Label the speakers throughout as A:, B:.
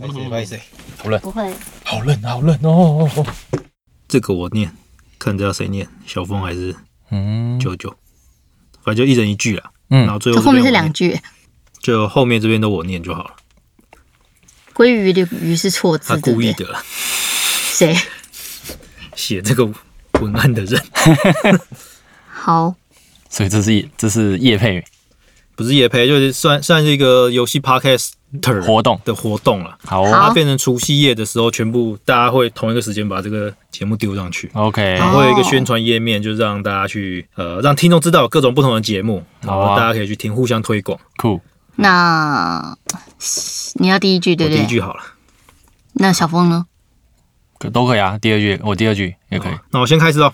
A: 不好意思不好意思，
B: 不会，
A: 好冷好冷哦。这个我念，看这要谁念，小凤还是
C: 嗯，
A: 九九，反正就一人一句啦。
C: 嗯
A: 然后最后
B: 这后面是
A: 这边我
B: 两
A: 念，
B: 句，
A: 就后面这边都我念就好了。
B: 鲑鱼的鱼是错
A: 他
B: 字，对不
A: 故意
B: 对？
A: 的啦
B: 谁？
A: 写这个文案的人，
B: 好，
C: 所以这是夜这是夜配
A: 不是也陪，就是算算是一个游戏 podcaster
C: 活动，
A: 的活动了。
C: 好
B: 好
C: 哦
A: 它变成除夕夜的时候，全部大家会同一个时间把这个节目丢上
B: 哦
A: 去，
C: ，OK，
A: 然后会有一个宣传页面，就是让大家去呃让听众知道有各种不同的节目，然
C: 好
A: 后
C: 啊
A: 大家可以去听，互相推广。
C: 酷，
B: 那你要第一句，对
A: 我
B: 不
A: 第一
B: 对？
A: 句啊好了，
B: 那小峰呢？
C: 可都可以啊。第二句我第二句也可以，
A: 那我先开始哦。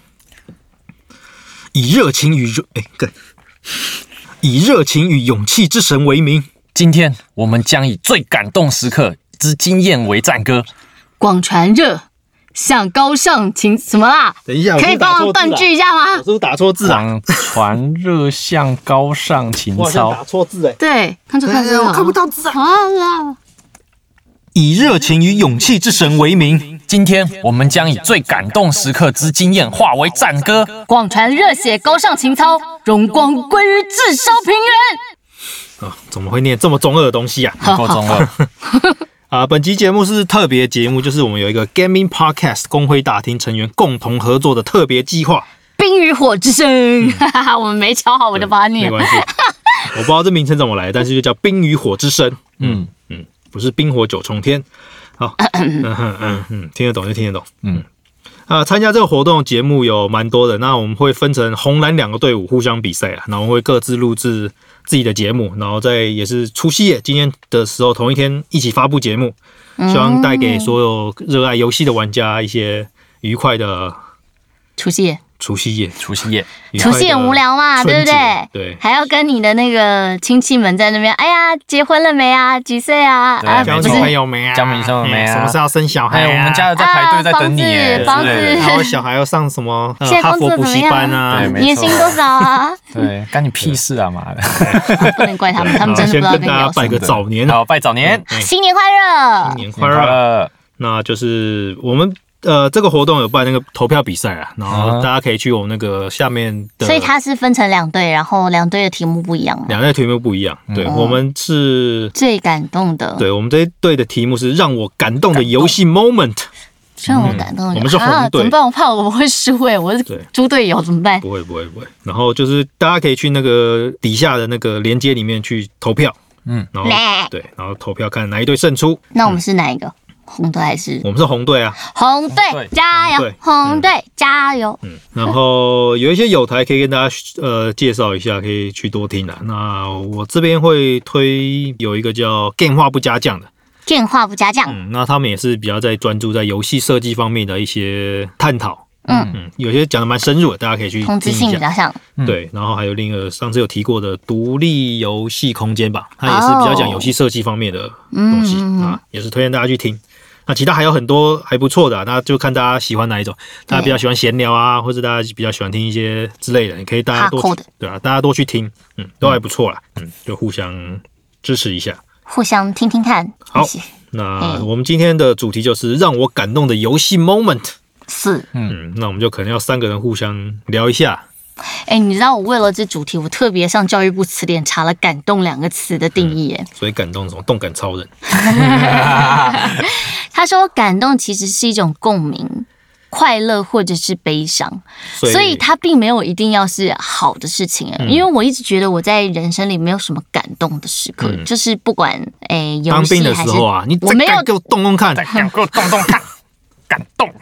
A: 以热情与热哎，干以热情与勇气之神为名，
C: 今天我们将以最感动时刻之经验为战歌。
B: 广传热，向高尚情什么啦？
A: 等一下，我是
B: 可以
A: 不是打
B: 帮
A: 错
B: 忙
A: 字啊
B: 断句一下
A: 我是
B: 吗？
A: 不是打错字啊？
C: 广传热向高尚情
A: 我好像打
C: 操，
A: 错字哎、
B: 对，看错看
A: 哎
B: 错，
A: 我看不到字啊！
B: 好啦，
A: 以热情与勇气之神为名，
C: 今天我们将以最感动时刻之经验化为战歌。
B: 广传热血高尚情操，荣光归于炙烧平原。
A: 啊、怎么会念这么中二的东西啊？
C: 不够中二，
A: 啊，本期节目是特别节目，就是我们有一个 Gaming Podcast 工会大厅成员共同合作的特别计划。
B: 冰与火之声， 哈哈哈，我们没瞧好，我就把它
A: 嗯没
B: 念。
A: 关系，我不知道这名称怎么来，但是就叫冰与火之声。
C: 嗯，
A: 嗯，不是冰火九重天。好，嗯嗯嗯嗯，听得懂就听得懂。
C: 嗯
A: 嗯，啊，参加这个活动节目有蛮多的，那我们会分成红蓝两个队伍互相比赛啊，然后会各自录制自己的节目，然后在也是除夕夜今天的时候同一天一起发布节目，
B: 嗯
A: 希望带给所有热爱游戏的玩家一些愉快的
B: 除夕夜，
A: 除夕夜。
C: 除夕夜，
A: 愉快
B: 除
A: 的
B: 夕很无聊嘛，对
A: 春
B: 不
A: 节
B: 对？
A: 对。
B: 还要跟你的那个亲戚们在那边，哎呀，结婚了没啊？几岁啊？
C: 对
B: 啊，
C: 交
A: 交女
B: 不是
C: 女朋
A: 朋友没啊？
C: 交女朋友没啊
A: 什么时候要生小孩、
C: 哎，
A: 啊？
C: 我们家的在排队在等你耶
B: 啊房
C: 之
B: 子
C: 类的。
A: 然后小孩要上什么、呃
B: 现在
A: 哈
B: 工
A: 佛
B: 作
A: 补
B: 怎么
A: 习
B: 样
A: 班啊？
C: 对没
B: 年薪多少 啊？
C: 对，干你屁事啊，妈的！
B: 不能怪他们，他们
A: 好
B: 真的
A: 先
B: 不知道
A: 跟
B: 跟你
A: 大家
B: 聊什
A: 拜
B: 么。
A: 个早年啊，
C: 啊好，拜早年，
A: 对
B: 新年快乐！
A: 年快
C: 快
A: 乐！
C: 乐，
A: 那就是我们呃这个活动有办那个投票比赛啊，然后
C: 啊
A: 大家可以去我们那个下面的，
B: 所以它是分成两队，然后两队的题目不一样嘛。
A: 两类题目不一样。
C: 嗯
B: 哦
A: 对，我们是。
B: 最感动的，
A: 对我们这一队的题目是让我感动的游戏 moment，
B: 让我感动
A: 嗯
B: 的。
A: 我们是红
B: 啊，
A: 队
B: 怎么办？我怕我会输哎，我是
A: 对
B: 猪队友，怎么办？
A: 不会不会不会。然后就是大家可以去那个底下的那个链接里面去投票，
C: 嗯，
A: 然后
B: 来
A: 对，然后投票看哪一队胜出。
B: 那我们是哪一个？红队还是
A: 我们是红队啊，
B: 红队
C: 队？
B: 加
A: 红
B: 油
A: 队！嗯
B: 红队加油！
A: 然后有一些友台可以跟大家呃介绍一下，可以去多听啦。啊那我这边会推有一个叫 “game 话不加酱”的，
B: 电话不加酱，
A: 嗯，那他们也是比较在专注在游戏设计方面的一些探讨，
B: 嗯
A: 嗯，有些讲的蛮深入的，大家可以去
B: 同
A: 听
B: 质性
A: 一
B: 比
A: 下。
B: 较像。
C: 嗯
A: 对，然后还有另一个上次有提过的独立游戏空间吧，它也
B: 哦
A: 是比较讲游戏设计方面的东西、
B: 嗯嗯嗯
A: 啊，也是推荐大家去听。那其他还有很多还不错的啊、那就看大家喜欢哪一种，大家比较喜欢闲聊啊，或者大家比较喜欢听一些之类的，你可以大家多
B: Hardcore
A: 去
B: 的
A: 对啊，大家多去听，嗯，都还不错啦，嗯，就互相支持一下。
B: 互相听听看。
A: 好
B: 一起
A: 那
B: 嗯
A: 我们今天的主题就是让我感动的游戏 moment，
B: 是，
A: 嗯，那我们就可能要三个人互相聊一下，
B: 哎，你知道我为了这主题，我特别上教育部词典查了“感动”两个词的定义耶。
A: 所以感动什么动感超人，
B: 他说，感动其实是一种共鸣，快乐或者是悲伤，
A: 所以
B: 所以它并没有一定要是好的事情、
A: 嗯
B: 欸因为我一直觉得我在人生里没有什么感动的时刻，
A: 嗯
B: 就是不管诶、游
A: 当
B: 戏
A: 兵的
B: 还
A: 时
B: 是
A: 候啊，你
B: 我没有
A: 再给我动动看，
C: 敢给我动动 看，感动，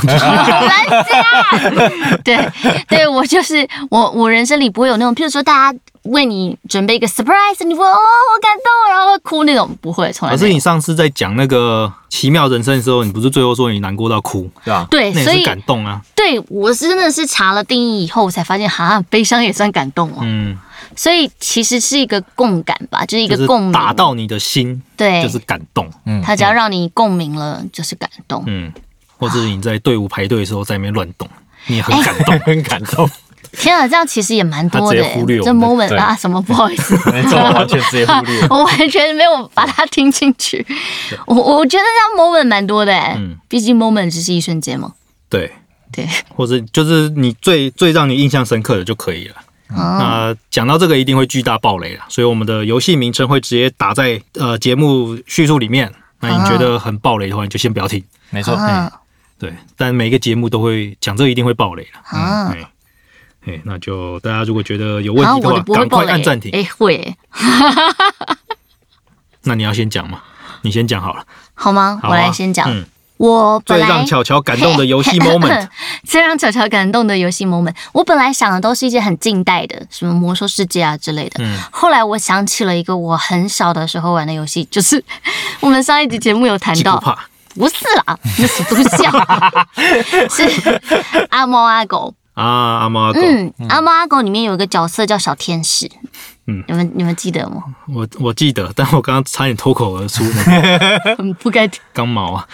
B: 对对，我就是我，我人生里不会有那种，譬如说大家为你准备一个 surprise，你会哦好感动，然后会哭那种，不会，从来
A: 可
B: 没
A: 是哦
B: 有。
A: 你上次在讲那个奇妙人生的时候，你不是最后说你难过到哭，
C: 对啊吧？
B: 对，
A: 那
B: 哎所
A: 也是
B: 以
A: 感动啊。
B: 对我是真的是查了定义以后，我才发现，哈，悲伤也算感动哦。
A: 嗯，
B: 所以其实是一个共感吧，就是一
A: 就
B: 个
A: 是
B: 共鸣，哎
A: 打到你的心，
B: 对，
A: 就是嗯感动。嗯
B: 他只要让你共鸣了，就是感动。哎
A: 嗯，或者是你在队伍排队的时候在那边乱动，你也很感动，
C: 很感动，
B: 天啊，这样其实也蛮多的
A: 他直接忽略
B: 欸，
A: 我
B: 这
A: 们的
B: moment
C: 对
B: 啊，什么不好意思，。
C: 没错，完全直接忽略
B: 我完全没有把它听进去。我我觉得这样 moment 蛮多的欸，
A: 嗯
B: 毕竟 moment 只是一瞬间嘛。
A: 对，
B: 对，
A: 或者就是你最最让你印象深刻的就可以了。
B: 哦
A: 那讲到这个一定会巨大爆雷了，所以我们的游戏名称会直接打在呃节目叙述里面。那你觉得很爆雷的话，你就先不要听。
C: 没错，哎
B: 啊
A: 对，但每个节目都会讲，这个一定会爆雷了。
B: 啊，
A: 哎、哎，那就大家如果觉得有问
B: 啊
A: 题的
B: 我
A: 话
B: 的，不会
A: 赶
B: 爆
A: 快
B: 雷，
A: 按暂停。
B: 哎，会欸
A: 那你要先讲嘛，你先讲好了。
B: 好吗？
A: 好啊
B: 我来先讲
A: 嗯，
B: 我
A: 最
B: 本来
A: 让巧巧感动的游 戏 moment，
B: 最让巧巧感动的游戏 moment，我本来想的都是一些很近代的，什么魔兽世界啊之类的。
A: 嗯
B: 后来我想起了一个我很小的时候玩的游戏，就是我们上一集节目有谈
A: 吉
B: 到
A: 古，帕，
B: 不是啦，那是 东西啊， 是阿猫阿狗。
A: 啊，阿猫阿狗，
B: 嗯，阿猫阿狗里面有一个角色叫小天使，
A: 嗯
B: 你们你们记得吗？
A: 我我记得，但我刚刚差点脱口而出那 个
B: 很不该听
A: 刚毛啊，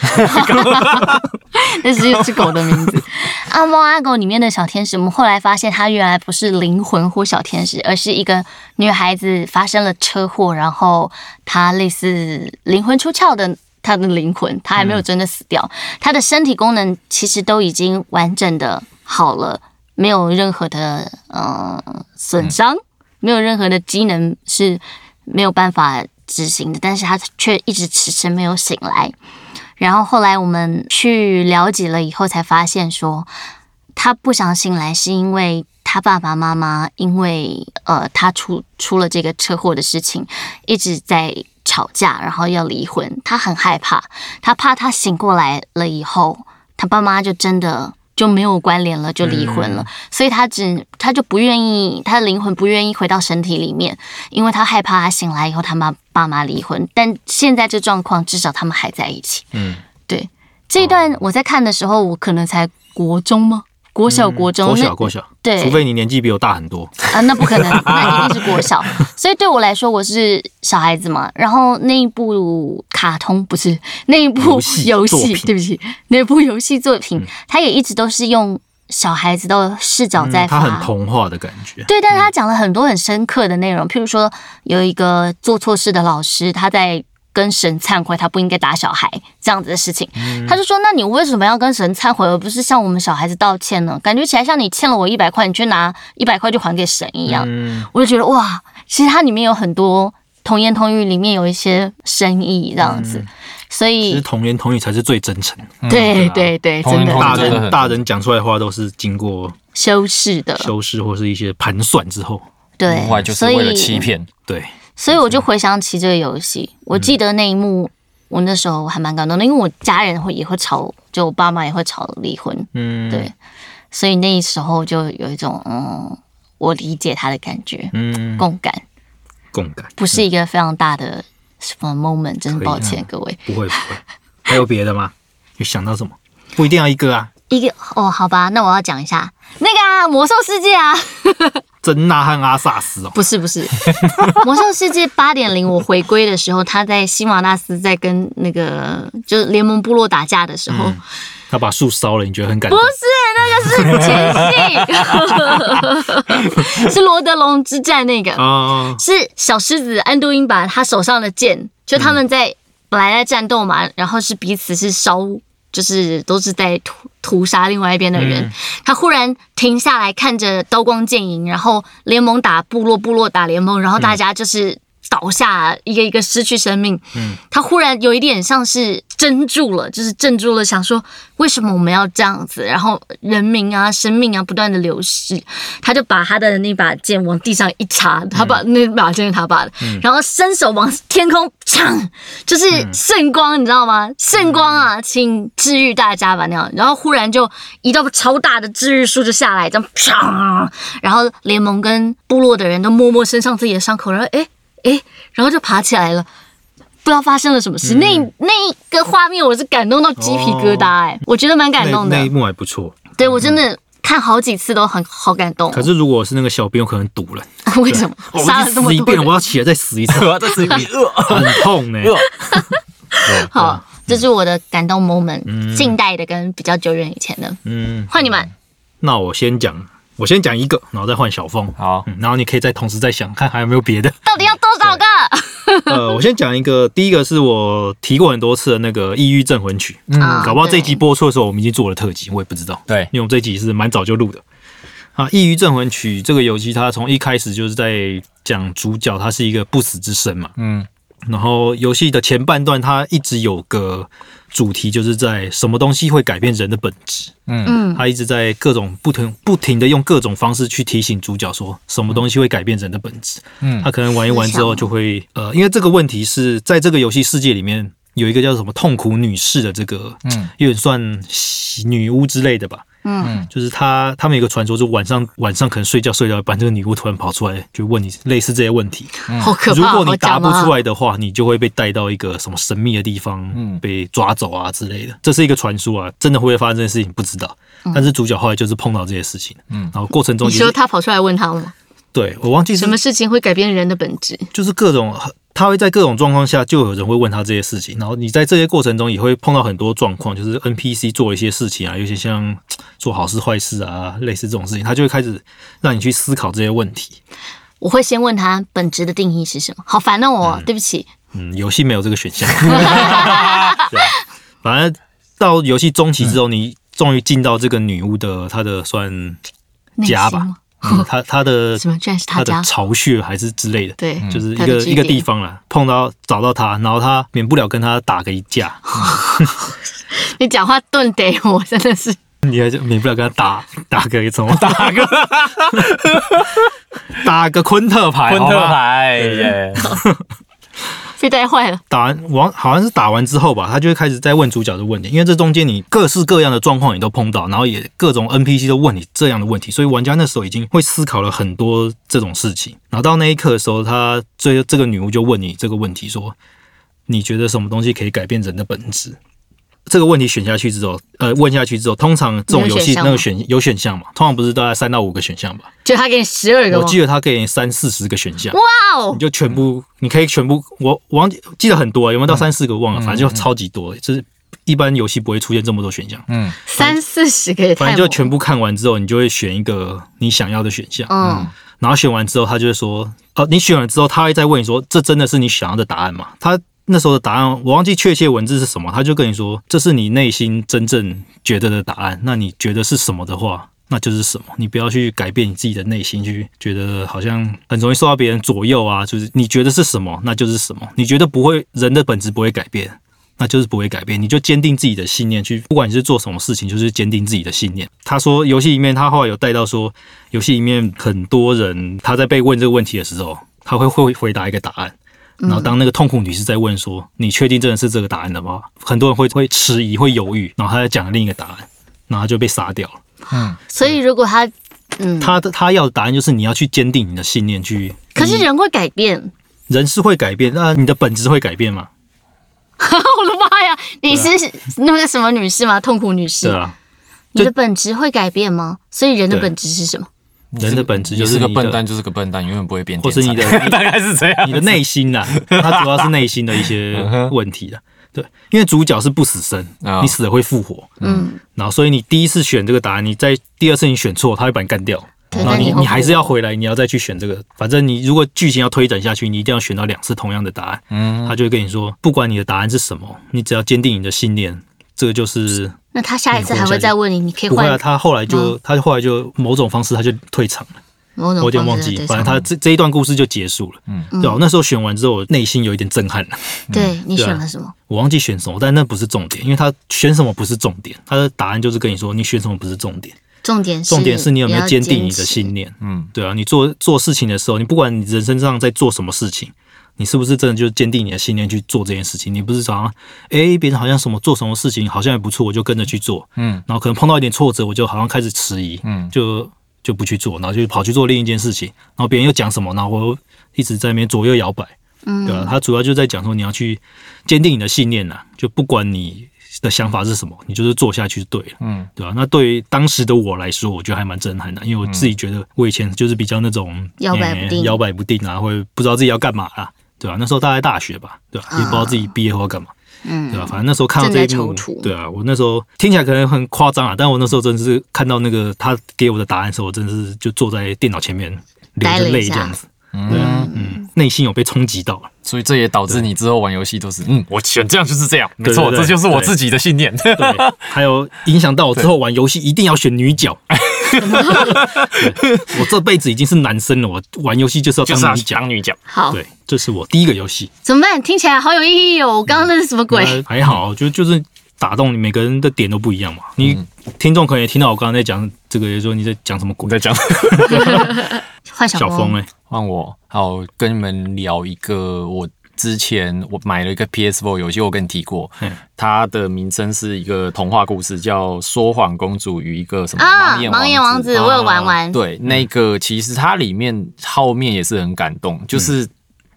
B: 那是一只狗的名字。《 阿猫阿狗》里面的小天使，我们后来发现它原来不是灵魂或小天使，而是一个女孩子发生了车祸，然后她类似灵魂出窍的。她的灵魂，她还没有真的死掉，她的身体功能其实都已经完整的好了，没有任何的呃损伤，没有任何的机能是没有办法执行的，但是她却一直迟迟没有醒来。然后后来我们去了解了以后，才发现说，他不想醒来是因为他爸爸妈妈因为呃他出出了这个车祸的事情，一直在吵架，然后要离婚。他很害怕，他怕他醒过来了以后，他爸妈就真的。就没有关联了，就离婚了，所以他只他就不愿意，他的灵魂不愿意回到身体里面，因为他害怕他醒来以后他妈爸妈离婚。但现在这状况，至少他们还在一起。
C: 嗯，
B: 对，这一段我在看的时候，我可能才国中吗？国小、国中，
A: 嗯国
B: 那
A: 小国小，
B: 对
A: 除非你年纪比我大很多，
B: 啊，那不可能，那一定是国小。所以对我来说，我是小孩子嘛。然后那一部卡通不是那一部
A: 游戏
B: 游
A: 作
B: 戏，
A: 品嗯
B: 对不起，那部游戏作品，它也一直都是用小孩子的视角
A: 嗯
B: 在哦发
A: 它很童话的感觉，
B: 对，但是他讲了很多很深刻的内容，譬如说有一个做错事的老师，他在跟神忏悔，他不应该打小孩这样子的事情，
C: 嗯
B: 他就说：“那你为什么要跟神忏悔，而不是向我们小孩子道歉呢？感觉起来像你欠了我一百块，你去拿一百块就还给神一样。
A: 嗯，
B: 我就觉得哇，其实它里面有很多童言童语，里面有一些深意这样子，
C: 嗯
B: 所
A: 其实
B: 以
A: 童言童语才是最真诚的，
B: 对
C: 对啊
B: 对对，
C: 童
B: 真
C: 言
B: 的
C: 童语
A: 大
C: 真的
A: 人
C: 很
A: 大人讲出来的话都是经过
B: 修饰的，
A: 修饰或是一些盘算之后，
B: 对
C: 另外，嗯就是
B: 所以
C: 为了欺骗，
A: 对，
B: 所以我就
A: 嗯
B: 回想起这个游戏，我记得那一幕，我那时候还蛮感动的，因为我家人会也会吵，就我爸妈也会吵离婚，
A: 嗯，
B: 对所以那时候就有一种嗯，我理解他的感觉，
A: 嗯，
B: 共感，
A: 共感，
B: 不是一个非常大的什么 moment，真
A: 可
B: 的
A: 以啊
B: 抱歉各位，
A: 不会不会，还有别的吗？有想到什么？不一定要一个啊，
B: 一个哦，好吧，那我要讲一下那个啊，魔兽世 界啊，
A: 真娜和阿萨斯哦，
B: 不是不是， 魔兽世界八点零，我回归的时候，他在西马纳斯在跟那个就是联盟部落打架的时候。
A: 嗯他把树烧了，你觉得很感
B: 不
A: 动？
B: 是，那个是前戏， 是罗德龙之战那个，
A: 啊，
B: 是小狮子安度因把他手上的剑，就他们在、本来在战斗嘛，然后是彼此是烧，就是都是在屠屠杀另外一边的人，他忽然停下来看着刀光剑影，然后联盟打部落，部落打联盟，然后大家就是。倒下一个一个失去生命，
A: 嗯
B: 他忽然有一点像是怔住了，就是怔住了，想说为什么我们要这样子？然后人民啊、生命啊不断的流逝，他就把他的那把剑往地上一
A: 嗯
B: 插，他把、那把剑是他把的，然后伸手往天空抢，就是
A: 嗯
B: 圣光，你知道吗？圣光啊，请治愈大家吧那样。然后忽然就一道超大的治愈树就下来，这样啪，然后联盟跟部落的人都摸摸身上自己的伤口，然后诶诶，然后就爬起来了。不知道发生了什么
A: 嗯
B: 事，那那一个画面我是感动到鸡皮疙瘩哎、我觉得蛮感
A: 那
B: 动的
A: 哦那一。幕还不错，
B: 对我真的看好几次都很好感动。
A: 可是如果是那个小兵，我可能堵了，
B: 为什么
A: 我已
B: 杀
A: 经
B: 了这么
A: 死一
B: 多
A: 遍，
B: 人
A: 我？要起来再死一次，
C: 我要再吃一遍，
A: 很痛呢、
C: 饿
A: 嗯
B: 好，这是我的感动 moment，近代的跟比较久远以前的。
A: 嗯，
B: 换你们，
A: 那我先讲，我先讲一个，然后再换小凤。
C: 好，
A: 嗯，然后你可以再同时再想看还有没有别的。
B: 到底要多少个？
A: 呃，我先讲一个，第一个是我提过很多次的那个《抑郁镇魂曲》，
B: 啊
A: 搞不好这一集
B: 对
A: 播出的时候我们已经做了特辑，我也不知道。
C: 对
A: 因为我们这一集是蛮早就录的啊。《抑郁镇魂曲》这个游戏，它从一开始就是在讲主角他是一个不死之身嘛，
C: 嗯，
A: 然后游戏的前半段它一直有个主题，就是在什么东西会改变人的本质，
B: 嗯
A: 它一直在各种不停不停的用各种方式去提醒主角说什么东西会改变人的本质，
C: 嗯
A: 他可能玩一玩之后就会呃，因为这个问题是在这个游戏世界里面有一个叫什么痛苦女士的这个，
C: 嗯，
A: 有点算女巫之类的吧，
B: 嗯
A: 就是她他们有一个传说，就晚上晚上可能睡觉睡到一半，这个女巫突然跑出来就问你类似这些问题，
B: 好可
A: 嗯如
B: 怕！
A: 果你答不出
B: 来，
A: 来的话，你就会被带到一个什么神秘的地方，
C: 嗯
A: 被抓走啊之类的。这是一个传说啊，真的会不会发生这件事情不知道。但是主角后来就是碰到这些事情，嗯，然后过程中
B: 嗯你
A: 也是
B: 说他跑出来问他吗？
A: 对我忘记是
B: 什么事情会改变人的本质？
A: 就是各种，他会在各种状况下，就有人会问他这些事情，然后你在这些过程中也会碰到很多状况，就是 NPC 做一些事情啊，有些像做好事坏事啊，类似这种事情，他就会开始让你去思考这些问题。
B: 我会先问他本质的定义是什么。好烦哦，我对不起。
A: 嗯，游戏没有这个选 项。对，啊反正到游戏中期之后，你终于进到这个女巫的她的算
B: 内心
A: 家
B: 吗
A: 吧？， 嗯她她的
B: 什么？居然是他
A: 她的
B: 家？
A: 巢穴还是之类的。
B: 对，
A: 就是一
B: 她的
A: 个
B: 据
A: 一个
B: 点
A: 地方啦，碰到找到她，然后她免不了跟她打个一架，
B: 你讲话顿得我真的是
A: 你还是免不了跟她打打个什么打个 打个昆特牌，
C: 昆特
A: 好吗
C: 牌耶，
B: 被带坏了。
A: 打完完好像是打完之后吧，他就会开始在问主角的问题，因为这中间你各式各样的状况你都碰到，然后也各种 NPC 都问你这样的问题，所以玩家那时候已经会思考了很多这种事情。然后到那一刻的时候，他最这个女巫就问你这个问题说，你觉得什么东西可以改变人的本质？这个问题选下去之后，呃，问下去之后，通常这种游
B: 你有选
A: 戏
B: 项吗
A: 那个选有选项嘛，通常不是大概三到五个选项吧？
B: 就他给你十二个
A: 我
B: 吗？
A: 记得他给你三四十个选项。
B: 哇哦
A: 你！就全部，你可以全部，我我忘记记得很多、啊有没有
B: 嗯
A: 到三四个忘了，反正就超级多，就是一般游戏不会出现这么多选项，
C: 嗯
B: 三四十个也太
A: 反
B: 猛
A: 正
B: 了
A: 就全部看完之后，你就会选一个你想要的选项，
B: 嗯
A: 然后选完之后，他就会说，哦，你选了之后，他会再问你说，这真的是你想要的答案吗？他那时候的答案我忘记确切文字是什么，他就跟你说，这是你内心真正觉得的答案，那你觉得是什么的话？那就是什么，你不要去改变你自己的内心，去觉得好像很容易受到别人左右啊。就是你觉得是什么，那就是什么。你觉得不会，人的本质不会改变，那就是不会改变。你就坚定自己的信念去，不管你是做什么事情，就是坚定自己的信念。他说，游戏里面他后来有带到说，游戏里面很多人他在被问这个问题的时候，他会会回答一个答案。然后当那个痛苦女士在问说：“你确定真的是这个答案的吗？”很多人会会迟疑，会犹豫，然后他在讲另一个答案，然后他就被杀掉了。
B: 所以如果他嗯，
A: 他的他要的答案就是你要去坚定你的信念，去
B: 可是人会改变。
A: 人是会改变，那你的本质会改变嘛？
B: 我的妈呀！你是那个什么女士吗？痛苦女士
A: 啊对，啊，
B: 你
A: 就
B: 的本质会改变吗？所以人的
A: 对哦
B: 本质是什么？
A: 人的本质就是
C: 你是个
A: 你的
C: 笨蛋，就是个笨蛋，永远不会变天
A: 或
C: 才。
A: 是你的
C: 大概是这样
A: 你的内心呐、它主要是内心的一些问题的。对，因为主角是不死身
C: 啊，
A: 你死了会复活，
B: 嗯，
A: 然后所以你第一次选这个答案，你在第二次你选错，他会把你干掉。
B: 对
A: 然后
B: 但你
A: 你
B: 后悔
A: 你还是要回来，你要再去选这个。反正你如果剧情要推展下去，你一定要选到两次同样的答案。
C: 嗯，
A: 他就会跟你说，不管你的答案是什么，你只要坚定你的信念，这个就是
B: 那他下一次还会再问你，你可以
A: 不会
B: 换嗯
A: 啊。他后来就、他后来就某种方式他就退场了，
B: 某
A: 我有
B: 种
A: 点
B: 方
A: 忘
B: 式
A: 记
B: 的对，
A: 反正
B: 象。
A: 他这这一段故事就结束了。嗯，对啊、我那时候选完之后，我内心有一点震撼了。
B: 对你
A: 对啊
B: 选了什么？
A: 我忘记选什么，但那不是重点，因为他选什么不是重点，他的答案就是跟你说你选什么不是重点，
B: 重点是
A: 重点是你有没有
B: 要
A: 坚定你
B: 持
A: 的信念。
C: 嗯，
A: 对啊，你做做事情的时候，你不管你人生上在做什么事情，你是不是真的就坚定你的信念去做这件事情？你不是常常诶，别人好像什么做什么事情好像也不错，我就跟着去做，
C: 嗯，
A: 然后可能碰到一点挫折，我就好像开始迟疑，
C: 嗯
A: 就就不去做，然后就跑去做另一件事情，然后别人又讲什么，然后我又一直在那边左右摇摆，
B: 嗯
A: 对啊，他主要就在讲说你要去坚定你的信念呐、就不管你的想法是什么，你就是做下去就对了，
C: 嗯，
A: 对啊，那对于当时的我来说，我觉得还蛮震撼的，因为我自己觉得我以前就是比较那种
B: 嗯摇摆不定
A: 呃摇啊摆不定啊，会不知道自己要干嘛啦，对啊，那时候大概大学吧，对吧、也不知道自己毕业后要干嘛，对吧、反正那时候看到这一幕
B: 嗯正在踌躇，
A: 对啊，我那时候听起来可能很夸张啊，但我那时候真的是看到那个他给我的答案的时候，我真的是就坐在电脑前面流
B: 呆
A: 着
B: 了一
A: 泪
B: 下
A: 这样子，对啊，嗯，内心有被冲击到了。
C: 所以这也导致你之后玩游戏都是，嗯，我选这样就是这样，没错，
A: 对对对
C: 这就是我自己的信念。
A: 对，还有影响到我之后玩游戏一定要选女 角。对我这辈子已经是男生了，我玩游戏就是要
C: 就是
A: 当
C: 要
A: 女角。
C: 当女角，
B: 好，
A: 对，这是我第一个游戏。
B: 怎么办？听起来好有意义哦！
A: 嗯
B: 我刚刚那是什么鬼？
A: 那还好，就就是打动你每个人的点都不一样嘛。你
C: 嗯
A: 听众可能也听到我刚刚在讲这个，也说你在讲什么
C: 我
A: 鬼？
C: 在讲
B: 换小
A: 小
B: 峰
A: 峰哎，
C: 换我，好跟你们聊一个我。之前我买了一个 PS4 游戏，我跟你提过
A: 嗯，
C: 它的名称是一个童话故事，叫《说谎公主与一个什
A: 哎
C: 么
B: 啊，盲
C: 盲
B: 眼
C: 眼
B: 王
C: 王子哦
B: 子，》。我有玩
A: 啊
B: 完，
C: 对，那个其实它里面后面也是很感动，
A: 嗯
C: 就是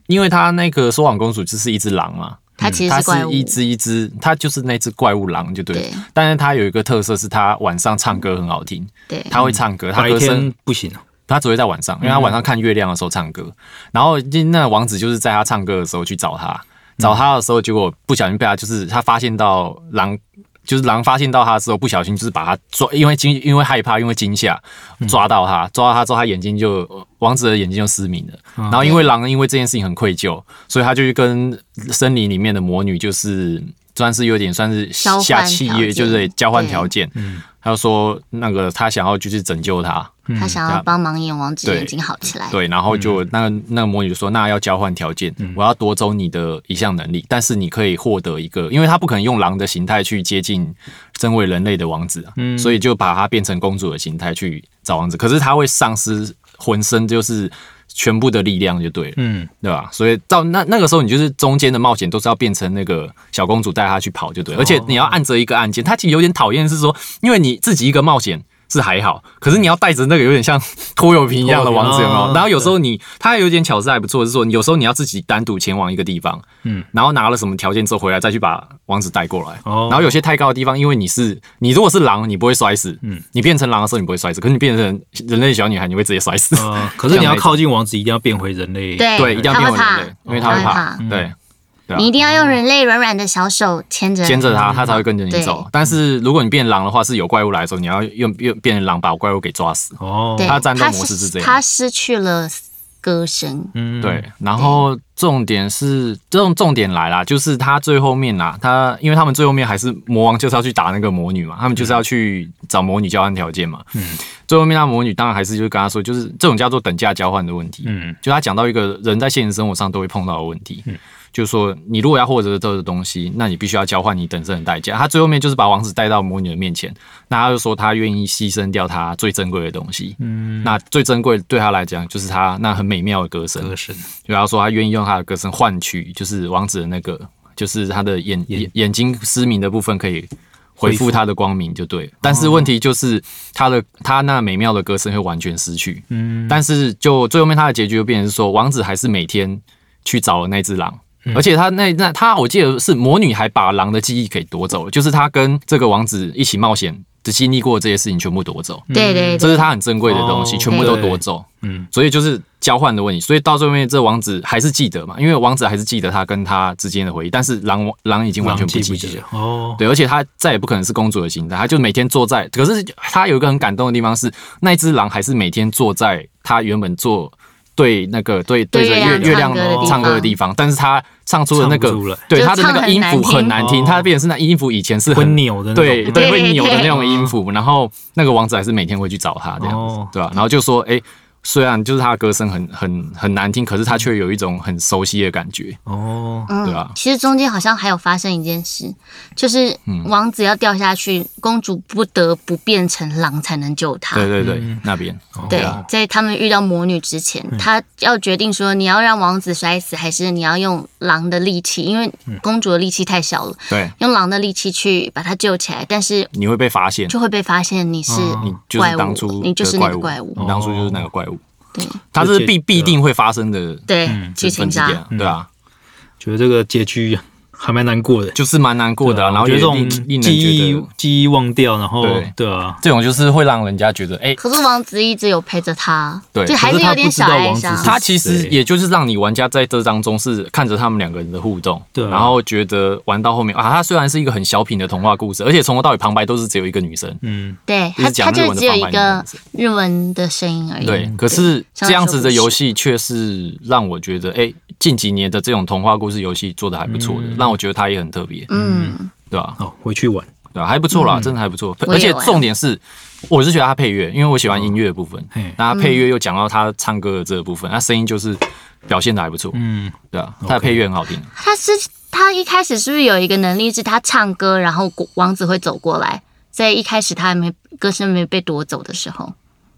C: 因为它那个说谎公主就是一只狼嘛，
B: 它其实
C: 它
B: 是怪
C: 是
B: 物，
C: 一只一只，它就是那只怪物狼，就对了。
B: 对
C: 但是它有一个特色是，它晚上唱歌很好听，
B: 对，
C: 它会唱歌，它
A: 嗯白
C: 歌声
A: 天不行啊，
C: 他只会在晚上，因为他晚上看月亮的时候唱歌。然后那王子就是在他唱歌的时候去找他，找他的时候，结果不小心被他就是他发现到狼，就是狼发现到他之后，不小心就是把他抓，因为惊，因为害怕，因为惊吓抓到他，抓到他之后，他眼睛就呃王子的眼睛就失明了。然后因为狼因为这件事情很愧疚，所以他就去跟森林里面的魔女就是。算是有点算是
B: 交换
C: 下契
B: 条
C: 约，
B: 件
C: 就是交换
B: 对
C: 条件。他就说那个他想要就是拯救他，
A: 嗯
B: 他想要帮盲眼王子
C: 对
B: 眼睛好起来，
C: 对，然后就、那个那个魔女就说，那要交换条件，我要夺走你的一项能力，但是你可以获得一个，因为他不可能用狼的形态去接近身为人类的王子啊，所以就把它变成公主的形态去找王子，可是他会丧失浑身就是全部的力量，就对了。
A: 嗯，
C: 对吧？所以到那那个时候，你就是中间的冒险都是要变成那个小公主带她去跑就对了，而且你要按着一个按键。它其实有点讨厌，是说因为你自己一个冒险是还好，可是你要带着那个有点像拖油瓶一样的王子有
A: 拖
C: 没
A: 油
C: 有
A: 瓶
C: 然后有时候你它有点巧思还不错，是说你有时候你要自己单独前往一个地方，
A: 嗯
C: 嗯，然后拿了什么条件之后回来再去把王子带过来。
A: 哦
C: 然后有些太高的地方，因为你是你如果是狼，你不会摔死，嗯，你变成狼的时候你不会摔死，可是你变成人类小女孩，你会直接摔死。
A: 呃，可是你要靠近王子，一定要变回人类。
B: 对
C: 对，一定要变回
B: 他
C: 人
B: 会怕哦
C: 类，因为他会
B: 他
C: 怕
B: 会。
C: 对，对啊
B: 你一定要用人类软软的小手牵着，
C: 牵着它，它才会跟着你
B: 对
C: 走。但是如果你变狼的话，是有怪物来的时候，你要用用变成狼把怪物给抓死。
A: 哦，
B: 对，
C: 它战斗
B: 它
C: 模式是这样
B: 它失去了歌声，
A: 嗯，
C: 对，然后重点是这种重点来啦，就是他最后面啦，他因为他们最后面还是魔王就是要去打那个魔女嘛，他们就是要去找魔女交换条件嘛。嗯，最后面那魔女当然还是就是跟他说，就是这种叫做等价交换的问题。
A: 嗯，
C: 就他讲到一个人在现实生活上都会碰到的问题，就是说你如果要获得这个东西，那你必须要交换你等身的代价。他最后面就是把王子带到魔女的面前，那他就说他愿意牺牲掉他最珍贵的东西，嗯，那最珍贵对他来讲就是他那很美妙的歌声，
A: 歌声，
C: 就他说他愿意用他的歌声换取，就是王子的那个，就是他的眼眼眼睛失明的部分可以恢复他的光明，就对了。但是问题就是他的他那美妙的歌声会完全失去。嗯，但是就最后面他的结局就变成是说，王子还是每天去找那只狼。而且他那那他，我记得是魔女还把狼的记忆给夺走了，就是他跟这个王子一起冒险的经历过的这些事情全部夺走。
B: 对对
C: 这
B: 对，
C: 是他很珍贵的东西，
A: 哦
C: 全部都夺走。
A: 嗯
C: 嗯，所以就是交换的问题。所以到最后面，这王子还是记得嘛，因为王子还是记得他跟他之间的回忆，但是狼狼已经完全不
A: 忘记
C: 记
A: 不
C: 得
A: 记
C: 了
A: 得。哦，
C: 对，而且他再也不可能是公主的形态，他就每天坐在。可是他有一个很感动的地方是，那一只狼还是每天坐在他原本坐对那个对
B: 对
C: 对着
B: 月亮
C: 月月亮
B: 唱歌的地方
C: 唱歌的地方，但是他唱出了那个
A: 唱不出来哦
C: 对
B: 就
C: 他的那
B: 唱
C: 个
B: 很
C: 音
B: 难
C: 符很
B: 听
C: 难听，他变成是那音符以前 是
A: 会
C: 很
A: 扭的那种，
C: 对对，
B: 对
C: 会扭的那种
B: 对嗯
C: 音符，然后那个王子还是每天会去找他这样子，
A: 哦
C: 对吧、然后就说，哎、虽然就是他的歌声很很很难听，可是他却有一种很熟悉的感觉，
A: 哦，
B: 嗯，
C: 对啊
B: 其实中间好像还有发生一件事，就是
C: 嗯
B: 王子要掉下去，公主不得不变成狼才能救他。
C: 对对对，
B: 嗯
C: 那边，
B: 对
C: 啊，嗯
B: 在他们遇到魔女之前，他要决定说你要让王子摔死，还是你要用狼的力气，因为
C: 嗯
B: 公主的力气太小了，
C: 对，
B: 用狼的力气去把他救起来，但是
C: 你会被发现，
B: 就会被发现你是
A: 哦
C: 你就
B: 怪
C: 是
B: 物，
C: 当初
B: 你就是
C: 的
B: 那
C: 怪
B: 个
C: 物，
B: 怪物。
C: 你当初就是那个怪物，
B: 对
C: 他这是
A: 就
C: 必
A: 这
C: 必定会发生的
B: 对，
C: 这
B: 剧
A: 嗯
C: 嗯
B: 情
C: 分支点
B: 杀
C: 啊，对啊，
A: 觉得这个结局还蛮难过的。
C: 就是蛮难过的
A: 对啊
C: 啊、然后
A: 我觉
C: 有
A: 得这
C: 点
A: 种
C: 令令人
A: 记
C: 觉
A: 忆
C: 得，
A: 记忆忘掉，然后
C: 对
A: 对啊，
C: 这种就是会让人家觉得，哎、
B: 可是王子一直有陪着他，
C: 对
B: 就还
A: 可是他
B: 有点小哀
A: 不知道
B: 伤
A: 王子。是
C: 它其实
A: 对
C: 也就是让你玩家在这当中是看着他们两个人的互动，
A: 对啊
C: 然后觉得玩到后面啊，它虽然是一个很小品的童话故事，而且从头到尾旁白都是只有一个女生，
A: 嗯，
B: 对
C: 一
B: 他，
C: 直讲
B: 他
C: 日文
B: 就
C: 的
B: 只有一
C: 旁白那
B: 个
C: 样子
B: 日文的声音而已。
C: 对，可是这样子的游戏却是让我觉得，哎、近几年的这种童话故事游戏做的还不错
A: 嗯
C: 的，让我觉得它也很特别，
B: 嗯，
C: 对吧、
A: 好，哦回去玩。
C: 对啊吧、还
A: 嗯
C: 不错啦，真的还不错。
B: 我也
C: 而且
B: 玩了
C: 重点是，我是觉得它配乐，因为我
A: 嗯
C: 喜欢音乐的部分
A: 嘿，
C: 那它
B: 嗯
C: 配乐又讲到他唱歌的这个部分，那声音就是表现的还不错，
A: 嗯，
C: 对吧、它的配乐很好听。
B: 他是他一开始是不是有一个能力是他唱歌，然后国王子会走过来，在一开始他还没歌声没被夺走的时候，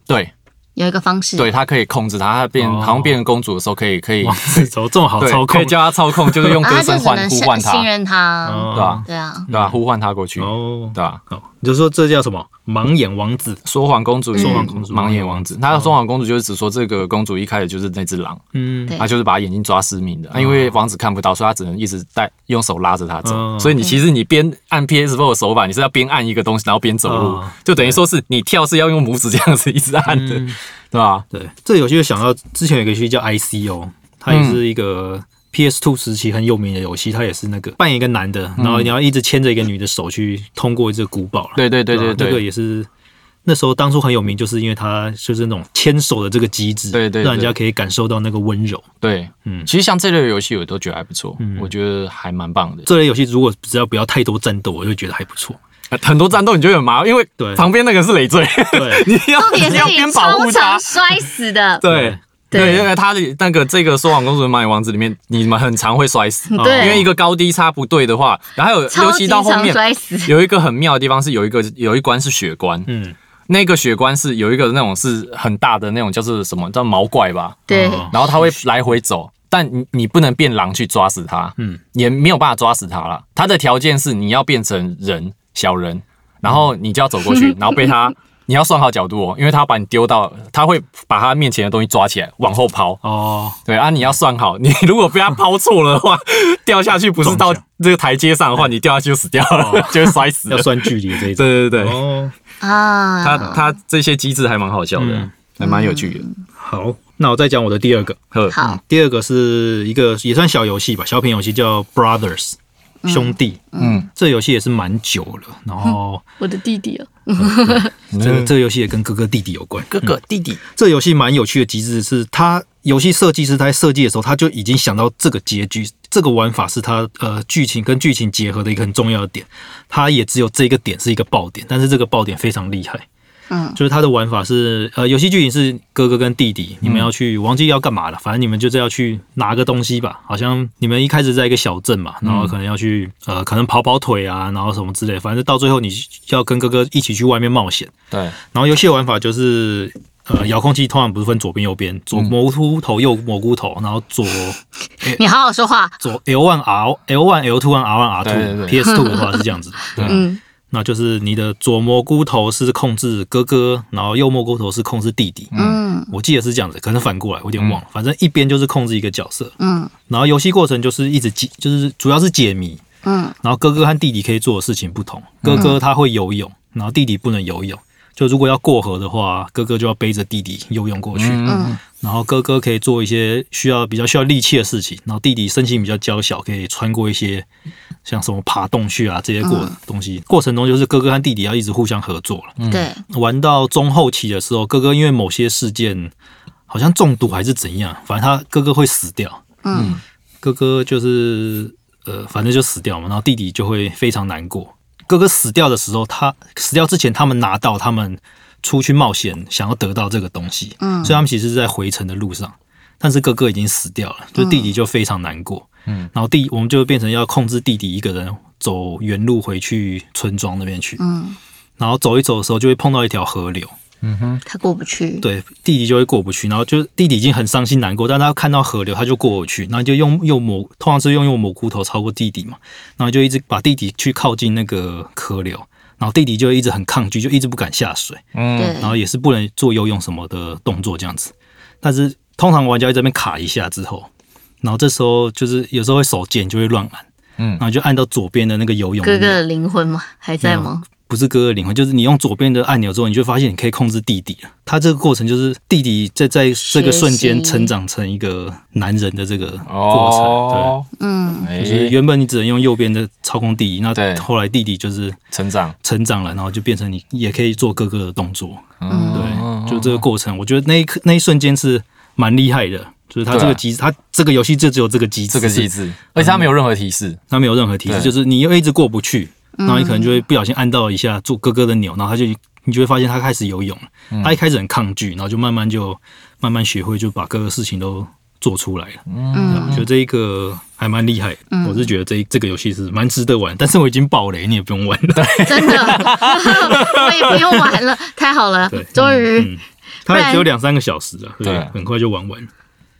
C: 对
B: 有一个方式。
C: 对，它可以控制它，它变
A: 哦
C: 好像变成公主的时候，可以可以
A: 哇，这种这么好
C: 对，
A: 操
C: 可以
A: 控，
C: 叫它操 控，就是用
B: 然
C: 歌
B: 后啊他
C: 声
B: 就只
C: 唤
B: 能
C: 呼
B: 信
C: 唤
B: 信
C: 它，
B: 任他。
A: 哦
C: 对吧？
B: 对啊，
C: 对吧？呼唤它过去，
A: 哦，
C: 对啊吧？
A: 好，你就说这叫什么？盲眼王子。
C: 说谎公主与
A: 嗯说谎公主
C: 盲眼王子，他的说谎公主就是指说这个公主一开始就是那只狼，
A: 嗯，
B: 对
C: 她就是把眼睛抓失明的，那因为王子看不到，所以他只能一直带用手拉着她走。
A: 嗯
C: 所以你其实你边按 PS4 的手把，你是要边按一个东西，然后边走路
A: 嗯，
C: 就等于说是你跳是要用拇指这样子一直按的，对吧？
A: 对，这游戏就想到之前有一个游戏叫
C: 嗯
A: ICO，它也是一个 PS Two 时期很有名的游戏，它也是那个扮演一个男的，然
C: 嗯
A: 后你要一直牵着一个女的手去通过这个古堡啦。
C: 对对对对
A: 吧那个
C: 对
A: 也是那时候当初很有名，就是因为它就是那种牵手的这个机制，
C: 对对对
A: 让人家可以感受到那个温柔。
C: 对，
A: 嗯
C: 其实像这类游戏我都觉得还不错，我觉得还蛮棒的。
A: 这类游戏如果只要不要太多战斗，我就觉得还不 错。
C: 很多战斗你就会很麻烦，因为
A: 对
C: 旁边那个是 累赘，
A: 对
C: 你要
B: 重点
C: 你
B: 是
C: 要
B: 你
C: 边保
B: 超
C: 护它
B: 常，摔 死的。
C: 对。
B: 对
C: 对，因为他的那个这个《说谎公主的蚂蚁王子》里面，你们很常会摔
A: 嗯
C: 死，
B: 对
C: 因为一个高低差不对的话，然后有
B: 超
C: 尤
B: 级
C: 其到后
B: 常
C: 面
B: 摔死，
C: 有一个很妙的地方是有一个有一关是血关，
A: 嗯，
C: 那个血关是有一个那种是很大的那种叫做什么叫毛怪吧，
B: 对，
A: 哦
C: 然后它会来回走，但你你不能变狼去抓死它，
A: 嗯
C: 嗯，也没有办法抓死它了。它的条件是你要变成人小人，然后你就要走 过去，然后被它，你要算好角度哦，因为它把你丢到，它会把它面前的东西抓起来往后抛，
A: 哦，
C: 对啊，你要算好，你如果被它抛错了的话，掉下去不是到
A: 撞哦
C: 这个台阶上的话，你掉下去就死掉了， 就会摔死
A: 要
C: 了。
A: 算距离这一种。
C: 对对 对对，
A: 哦，
B: 啊，
C: 它它这些机制还蛮好笑的
A: 嗯，
C: 还蛮有趣的。
A: 好，那我再讲我的第二个。
C: 呵
B: 好，
A: 第二个是一个也算小游戏吧，小品游戏叫 Brothers 兄弟，
C: 嗯，
A: 这游戏也是蛮久了。然后
B: 我的弟弟哦，
A: 这个这个游戏也跟哥哥弟弟有关。
C: 嗯哥哥弟弟，
A: 这游戏蛮有趣的机制是，它游戏设计师在设计的时候，他就已经想到这个结局，这个玩法是他呃剧情跟剧情结合的一个很重要的点。它也只有这个点是一个爆点，但是这个爆点非常厉害。
B: 嗯，
A: 就是它的玩法是，呃，游戏剧情是哥哥跟弟弟，你们要去忘记要干嘛了，反正你们就是要去拿个东西吧。好像你们一开始在一个小镇嘛，然后可能要去，呃，可能跑跑腿啊，然后什么之类，反正到最后你要跟哥哥一起去外面冒险。
C: 对，
A: 然后游戏的玩法就是，呃，遥控器通常不是分左边右
C: 嗯
A: 边，左蘑菇头右蘑菇头，然后左
B: 你好好说话，
A: 左 L one R L one L two one R one R
C: 对
A: two
C: 对
A: P S two 的话是这样子，
C: 对
B: 嗯，
A: 那就是你的左蘑菇头是控制哥哥，然后右蘑菇头是控制弟弟。
B: 嗯
A: 我记得是这样子，可能反过来我有点忘
C: 嗯
A: 了，反正一边就是控制一个角色，
B: 嗯
A: 然后游戏过程就是一直解，就是主要是解谜，
B: 嗯
A: 然后哥哥和弟弟可以做的事情不同，哥哥他会游泳，然后弟弟不能游泳。就如果要过河的话，哥哥就要背着弟弟游泳过去，
B: 嗯
A: 然后哥哥可以做一些需要比较需要力气的事情，然后弟弟身形比较娇小，可以穿过一些像什么爬洞穴啊这些过东西。过程中就是哥哥和弟弟要一直互相合作了。
B: 嗯，对，
A: 玩到中后期的时候，哥哥因为某些事件好像中毒还是怎样，反正他哥哥会死掉，
B: 嗯
A: 哥哥就是呃，反正就死掉嘛，然后弟弟就会非常难过。哥哥死掉的时候，他死掉之前，他们拿到他们出去冒险想要得到这个东西，
B: 嗯
A: 所以他们其实是在回程的路上，但是哥哥已经死掉了，就弟弟就非常难过，
C: 嗯，
A: 然后弟我们就变成要控制弟弟一个人走原路回去村庄那边去，
B: 嗯，
A: 然后走一走的时候就会碰到一条河流，
C: 嗯哼。
B: 他过不去，
A: 对，弟弟就会过不去，然后就弟弟已经很伤心难过，但他看到河流，他就过不去，然后就用用蘑，通常是用用蘑菇头超过弟弟嘛，然后就一直把弟弟去靠近那个河流，然后弟弟就一直很抗拒，就一直不敢下水，
C: 嗯，
B: 对
A: 然后也是不能做游泳什么的动作这样子，但是通常玩家会在那边卡一下之后，然后这时候就是有时候会手贱就会乱按，嗯，然后就按到左边的那个游泳
B: 哥
A: 的
B: 哥的灵魂吗？还在吗？
A: 不是哥哥灵魂，就是你用左边的按钮之后，你就发现你可以控制弟弟了。他这个过程就是弟弟在在这个瞬
B: 学
A: 间
B: 习
A: 成长成一个男人的这个过程。
C: 哦，
B: 嗯，
C: 哎
A: 对，就是原本你只能用右边的操控弟弟，
C: 对
A: 那后来弟弟就是
C: 成长，
A: 成长了，然后就变成你也可以做哥哥的动作。
C: 嗯，
A: 对，就这个过程，我觉得那一刻那一瞬间是蛮厉害的。就是他
C: 对啊
A: 这个机制，他这个游戏就只有这个机制，
C: 这个机制，而且它没有任何提示，
A: 他没有任何提示，
C: 对
A: 就是你又一直过不去，
B: 嗯
A: 然后你可能就会不小心按到一下做哥哥的钮，然后他就你就会发现他开始游泳了。
B: 嗯
A: 他一开始很抗拒，然后就慢慢就慢慢学会，就把各个事情都做出来了。嗯，我觉得这一个还蛮厉害的，
B: 嗯
A: 我是觉得这一这个游戏是蛮值得玩，但是我已经爆雷，你也不用玩了。
B: 真的，我也不用玩了，太好了
A: 对，
B: 终于。
A: 嗯，它也只有两三个小时啊，对
C: 对，
A: 很快就玩完了。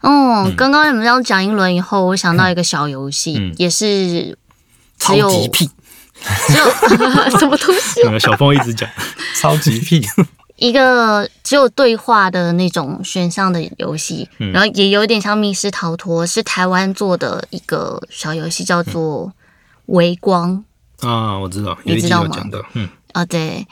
B: 哦，刚刚你们这样讲一轮以后，我想到一个小游戏
A: 嗯，
B: 也是
A: 超
B: 只有
A: 级 屁，
B: 只有什么东西
A: 那个小峰一直讲，
C: 超级屁，
B: 一个只有对话的那种选项的游戏，然后也有点像密室逃脱，是台湾做的一个小游戏，叫做《微光》
A: 啊，我知道，有
B: 你
A: 一
B: 知
A: 集
B: 道
A: 有
B: 吗
A: 讲到，嗯，
B: 啊，对，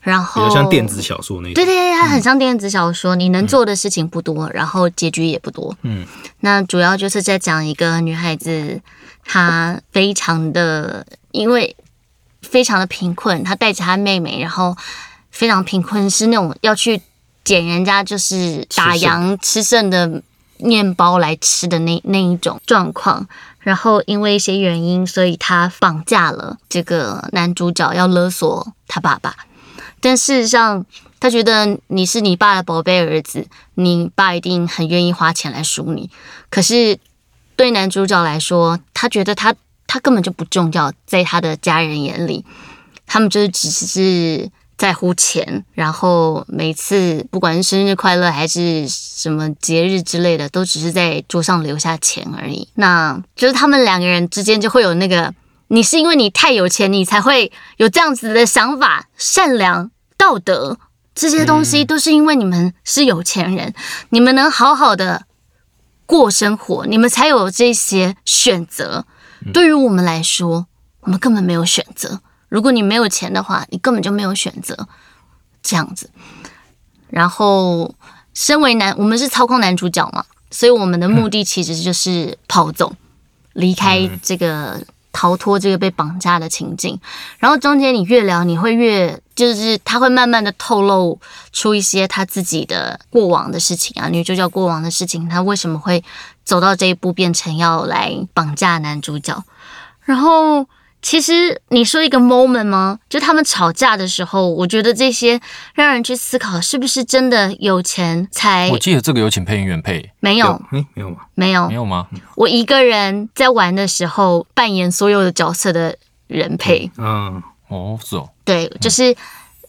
B: 然
A: 比
B: 后
A: 较像电子嗯小说那
B: 对
A: 种，
B: 对对，它很像电子小说，你能做的事情不多，然后结局也不多。
A: 嗯，
B: 那主要就是在讲一个女孩子，她非常的因为非常的贫困，她带着她妹妹，然后非常贫困，是那种要去捡人家就是打烊吃剩的面包来吃的那那一种状况。然后因为一些原因，所以她绑架了这个男主角，要勒索他爸爸。但事实上，他觉得你是你爸的宝贝儿子，你爸一定很愿意花钱来赎你。可是对男主角来说，他觉得他他根本就不重要，在他的家人眼里，他们就是只是在乎钱。然后每次不管是生日快乐还是什么节日之类的，都只是在桌上留下钱而已。那就是他们两个人之间就会有那个。你是因为你太有钱，你才会有这样子的想法，善良、道德这些东西都是因为你们是有钱人，你们能好好的过生活，你们才有这些选择。对于我们来说，我们根本没有选择。如果你没有钱的话，你根本就没有选择，这样子。然后，身为男，我们是操控男主角嘛，所以我们的目的其实就是跑走，离开这个逃脱这个被绑架的情境。然后中间你越聊，你会越就是他会慢慢的透露出一些他自己的过往的事情啊，女主角过往的事情，她为什么会走到这一步，变成要来绑架男主角。然后其实你说一个 moment 吗？就他们吵架的时候，我觉得这些让人去思考，是不是真的有钱才
C: 我记得这个有请配音员配，
B: 没有
A: 哎，没有吗？
B: 没有
C: 没有吗？
B: 我一个人在玩的时候扮演所有的角色的人配，
A: 啊，
C: 哦，是哦，
B: 对，就是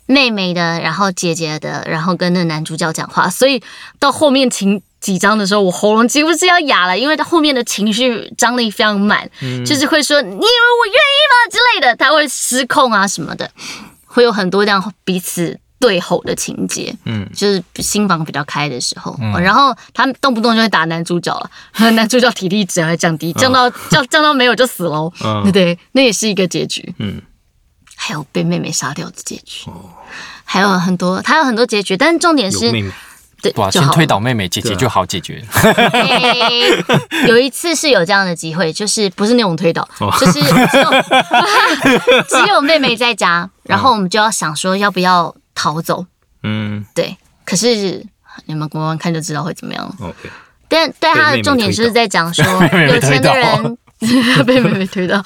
B: 妹妹的，然后姐姐的，然后跟那男主角讲话，所以到后面情几章的时候，我喉咙几乎是要哑了，因为他后面的情绪张力非常满，就是会说你以为我愿意吗之类的，他会失控啊什么的，会有很多这样彼此。对吼的情节，嗯，就是心房比较开的时候，然后他动不动就会打男主角了， 男主角体力值还降低，降到降降到没有就死喽，
A: 嗯
B: 对对，那也是一个结局。
A: 嗯，哦
B: 还有被妹妹杀掉的结局，还有很多，还有很多结局，但是重点
A: 有
B: 是
A: 妹，妹，
B: 对，
C: 哇，
B: 就
C: 先
B: 好
C: 推
B: 了。
C: 倒妹妹，姐姐
A: 对啊
C: 就好解决。
B: 嘿有一次是有这样的机会，就是不是那种推倒，
A: 哦
B: 就是只有 只有妹妹在家，然后我们就要想说要不要逃走，
A: 嗯
B: 对，可是。你们玩玩看就知道会怎么样了。
A: ，OK，
B: 但但他
A: 被妹
B: 的
A: 妹
B: 重点
A: 推
B: 是
A: 倒
B: 在 讲说，
C: 妹
B: 有
C: 推
B: 钱的
C: 倒
B: 人被妹妹推到，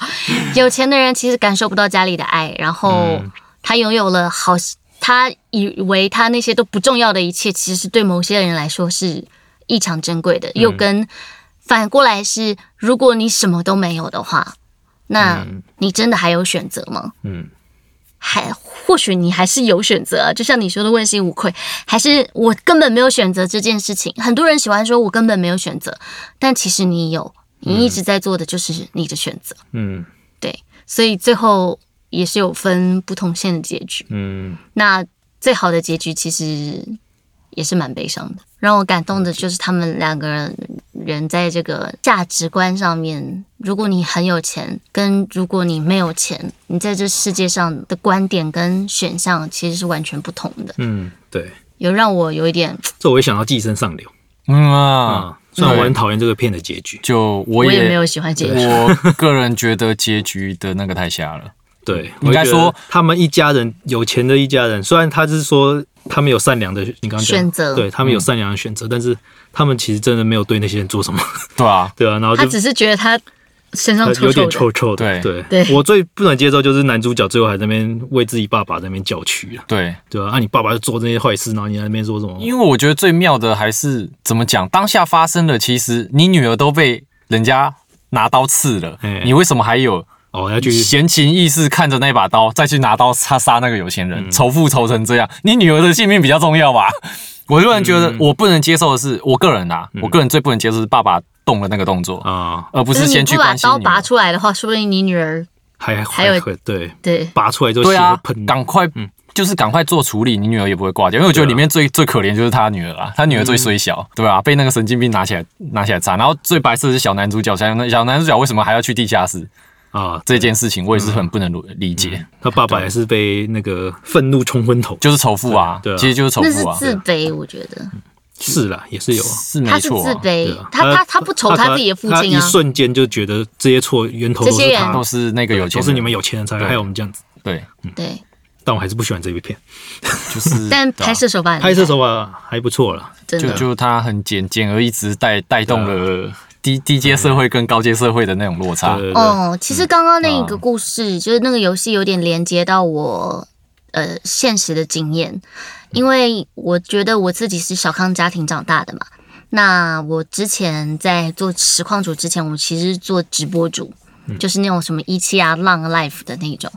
B: 有钱的人其实感受不到家里的爱，然后他拥有了好，他以为他那些都不重要的一切，其实对某些人来说是异常珍贵的。又跟反过来是，如果你什么都没有的话，那你真的还有选择吗？
A: 嗯，
B: 还或许你还是有选择啊、就像你说的问心无愧，还是我根本没有选择这件事情。很多人喜欢说我根本没有选择，但其实你有，你一直在做的就是你的选择。
A: 嗯
B: 对，所以最后也是有分不同线的结局。
A: 嗯，
B: 那最好的结局其实也是蛮悲伤的。让我感动的就是他们两个人人在这个价值观上面，如果你很有钱，跟如果你没有钱，你在这世界上的观点跟选项其实是完全不同的，
A: 嗯，对，
B: 有让我有一点
A: 这我也想到《寄生上流》
C: 嗯啊，嗯
A: 啊，虽然我很讨厌这个片的结局，
C: 就我
B: 我
C: 也
B: 也没有喜欢结局，
C: 我个人觉得结局的那个太瞎了。
A: 对，
C: 应该
A: 我就觉得
C: 说
A: 他们一家人有钱的一家人，虽然他是说他们有善良的，你刚刚讲
B: 选择
A: 对他们有善良的选
C: 嗯
A: 择，但是他们其实真的没有对那些人做什么，
C: 对啊，
A: 对啊，然后
B: 他
A: 就
B: 只是觉得他身上
A: 呃
B: 臭
A: 有
B: 臭
A: 点
B: 的，
A: 臭臭的，
C: 对
A: 对
B: 对
A: 我最不能接受就是男主角最后还在那边为自己爸爸在那边叫屈啊，
C: 对，
A: 对啊，啊你爸爸就做这些坏事，然后你在那边说什么？
C: 因为我觉得最妙的还是怎么讲，当下发生的，其实你女儿都被人家拿刀刺了，
A: 哎
C: 你为什么还有
A: 哦，要去
C: 闲情逸致看着那把刀，再去拿刀杀杀那个有钱
A: 嗯
C: 人，仇富仇成这样，你女儿的性命比较重要吧？我个人觉
A: 嗯
C: 得，我不能接受的是，我个人啊，我个人最不能接受是爸爸动了那个动作，
A: 啊，
C: 而不
B: 就是你
C: 先去
B: 不把
C: 关心
B: 刀
C: 女儿
B: 拔出来的话，说不定你女儿
A: 还
B: 还有
A: 会对
B: 对
A: 拔出来之后
C: 对
A: 血
C: 啊
A: 会，喷，嗯
C: 赶快，就是赶快做处理，你女儿也不会挂掉。因为我觉得
A: 对啊嗯
C: 里面最、最可怜就是他女儿啊，他女儿最衰小，对吧、被那个神经病拿起来拿起来砸。然后最白色的是小男主角，小男小男主角为什么还要去地下室
A: 啊，
C: 这件事情，我也是很不能理解，
A: 他爸爸也是被那个愤怒冲昏头，
C: 就是仇富啊，
A: 对对啊
C: 其实就是仇
B: 那是
C: 富啊，
B: 自卑，我觉得
A: 是啦，也是有啊。
C: 是
B: 他
C: 没
B: 是
C: 错
B: 自
C: 啊、
B: 卑
A: 对啊，
B: 哎他他他不仇他自己的父
A: 他
B: 亲啊
A: 一，瞬间就觉得这些错源头都
B: 这些
A: 是
B: 人
A: 他，
C: 都是那个有钱
A: 都
C: 人，
A: 是你们有钱人才
C: 对
A: 害我们这样子。
C: 对，
B: 对，
A: 但我还是不喜欢这部片，
C: 就是
B: 但
C: 对啊
B: 拍摄手法很厉害
A: 拍摄手法还不错啦。
B: 真
C: 就
B: 的
C: 就他很简简而一直带带动了低低阶社会跟高阶社会的那种落差
A: 对，对对，
B: 哦，其实刚刚那
C: 嗯
B: 个故事、就是那个游戏有点连接到我呃现实的经验，因为我觉得我自己是小康家庭长大的嘛。那我之前在做实况主之前，我其实是做直播主，就是那种什么一期啊、浪 life 的那种。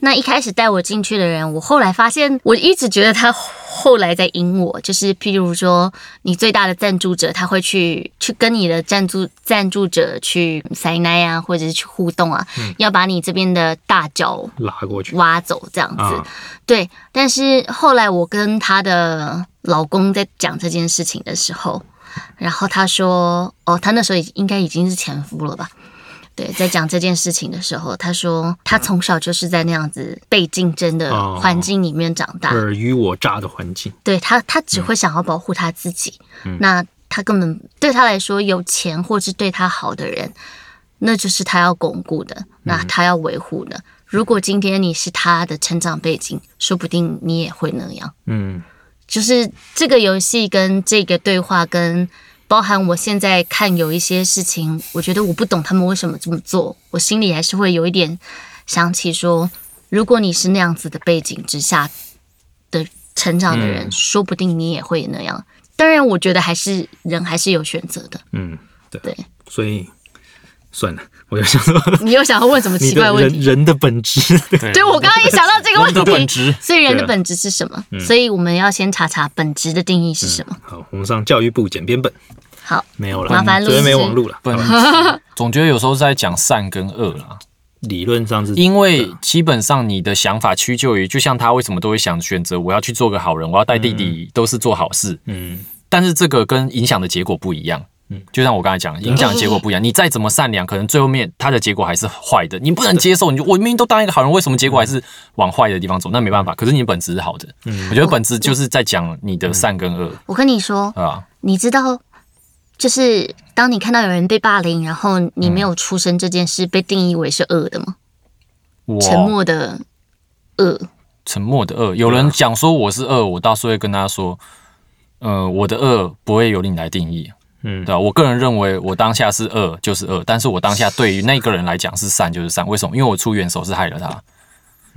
B: 那一开始带我进去的人，我后来发现，我一直觉得他后来在赢我，就是譬如说，你最大的赞助者，他会去去跟你的赞助赞助者去塞奶啊，或者是去互动啊，要把你这边的大脚
A: 拉过去
B: 挖走这样子。
A: 啊，
B: 对，但是后来我跟她的老公在讲这件事情的时候，然后他说，哦，他那时候已应该已经是前夫了吧？对，在讲这件事情的时候，他说他从小就是在那样子被竞争的
A: 哦
B: 环境里面长大，
A: 尔虞我诈的环境，
B: 对他，他只会想要保护他自己。那他根本对他来说，有钱或是对他好的人，那就是他要巩固的，那他要维护的。如果今天你是他的成长背景，说不定你也会那样。
A: 嗯，
B: 就是这个游戏跟这个对话，跟包含我现在看有一些事情，我觉得我不懂他们为什么这么做，我心里还是会有一点想起说，如果你是那样子的背景之下的成长的
A: 嗯
B: 人，说不定你也会那样。当然，我觉得还是人还是有选择的。
A: 嗯，对
B: 对，
A: 所以算了，我 就想说
B: 你又想要问什么
A: 你
B: 奇怪
A: 的
B: 的问
A: 人
B: 题？
A: 人的本质，
B: 对我刚刚也想到这个问
C: 人的本
B: 题，
C: 质。
B: 所以人的
A: 对啊
B: 本质是什么？所以我们要先查查本质的定义是什么。
A: 好，我们上教育部简编本
B: 好，
A: 没有了，
B: 麻烦
A: 昨天
B: 陆
A: 没
B: 师
A: 网路了，
C: 本 总觉得有时候是在讲善跟恶啦，
A: 理论上是
C: 因为基本上你的想法屈就于，就像他为什么都会想选择我要去做个好人，我要带弟弟都是做好事，
A: 嗯
C: 但是这个跟影响的结果不一样。嗯
A: 嗯，
C: 就像我刚才讲，影响的结果不一样。你再怎么善良，可能最后面他的结果还是坏的，你不能接受。你就我明明都当一个好人，为什么结果还是往坏的地方走？那没办法。可是你本质是好的，我觉得本质就是在讲你的善跟恶，啊
B: 我跟你说，
C: 对吧？
B: 你知道，就是当你看到有人被霸凌，然后你没有出声这件事被定义为是恶的吗？
C: 我
B: 沉默的恶，
C: 沉默的恶。有人讲说我是恶，我到时候会跟他说，呃，我的恶不会由你来定义，
A: 嗯
C: 对吧、我个人认为我当下是恶就是恶，但是我当下对于那个人来讲是善就是善。为什么？因为我出援手是害了他。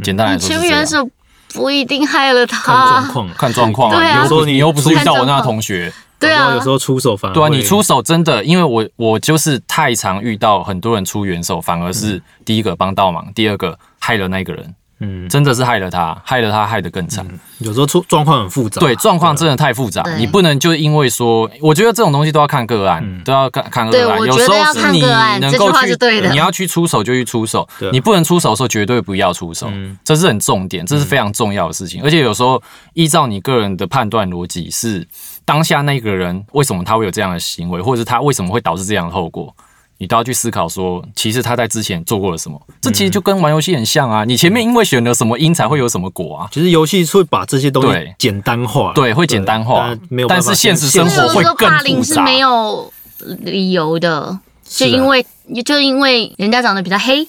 C: 简单来
A: 哎
B: 你
C: 说是
B: 出
C: 这样
B: 援。手不一定害了
A: 看状
B: 他。
A: 况啊，
C: 看状况
B: 对啊
C: 啊，你又不你又不是遇
B: 看
C: 到
B: 状
C: 我那
B: 况
C: 同学，
B: 对
A: 搞不好
B: 啊
A: 有时，候出手反而
C: 对啊，
A: 会
C: 你出手真的，因为我我就是太常遇到很多人出援手，反而是第一个帮倒忙，第二个害了那个人，
A: 嗯，
C: 真的是害了他，害了他，害得更惨。
A: 有时候出状况很复杂，
C: 对，状况真的太复杂，
B: 对
C: 你不能就因为说，我觉得这种东西都要看个案，
A: 嗯
C: 都要看看个案。
B: 对
C: 有
B: 我觉
C: 时
B: 得要
C: 候是
B: 看
C: 你
B: 个案
C: 能
B: 这句
C: 够
B: 话
C: 去
B: 是对的
C: 你要去出手就去出手
A: 对，嗯
C: 你不能出手的时候绝对不要出手，这是很重点，这是非常重要的事情。而且有时候依照你个人的判断逻辑是。当下那个人为什么他会有这样的行为，或者是他为什么会导致这样的后果，你都要去思考说，其实他在之前做过了什么。这其实就跟玩游戏很像啊，你前面因为选了什么因才会有什么果啊。
A: 其实游戏是会把这些东西
C: 对
A: 简单化，
C: 对，会简单化
A: 但没有，办
C: 但
A: 法
C: 是现实生
B: 就
A: 现
B: 是
A: 实
C: 活
B: 有
C: 会
B: 时候
C: 更
B: 霸凌
C: 复
B: 是
C: 杂。
B: 没有理由的，
A: 是啊
B: 就因为就因为人家长得比较黑，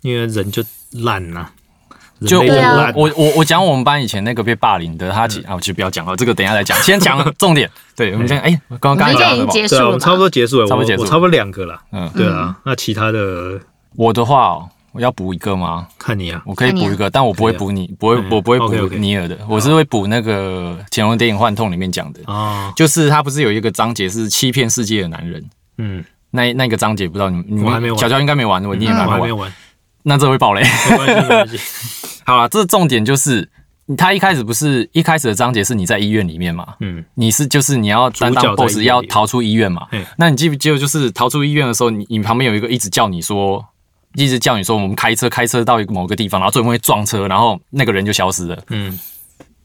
A: 因为人就烂呐、人
C: 就
A: 类
C: 我
B: 对啊
A: 烂，
C: 我我我讲我们班以前那个被霸凌的，他
A: 嗯
C: 其啊，我就不要讲了，这个等一下再讲，先讲重点。对，我们先哎，刚刚刚刚讲
B: 我们现在已
C: 什
B: 经
C: 么？
B: 结
A: 对
B: 束
A: 啊，我们
B: 了
A: 差不
B: 吧。
A: 多结束了，
C: 差不多
A: 我
C: 结束
A: 我差不多两个了，
C: 嗯，
A: 对啊，那其他的
C: 我的话哦，我要补一个吗？
A: 看你啊，
C: 我可以补一个，但我不会补你，不会，
A: 嗯
C: 我不会补
A: OK，OK
C: 尼尔的，我是会补那个乾隆电影《幻痛》里面讲的，
A: 啊，
C: 就是他不是有一个章节是欺骗世界的男人，
A: 嗯，那
C: 那那个章节不知道你们你
A: 我还没
C: 们
A: 玩嗯
C: 小乔应该没玩过，你也
A: 我
C: 还
A: 还
C: 没
A: 没
C: 玩，
A: 玩，
C: 那这会爆雷。
A: 没关系没 关系，
C: 好了，这重点就是他一开始不是一开始的章节是你在医院里面嘛，
A: 嗯，
C: 你是就是你要担
A: 主角
C: 当
A: 在
C: BOSS
A: 医院里
C: 要逃出医院嘛
A: 嘿？
C: 那你记不记得就是逃出医院的时候，你你旁边有一个一直叫你说，一直叫你说我们开车开车到一个某个地方，然后最后会撞车，然后那个人就消失了。
A: 嗯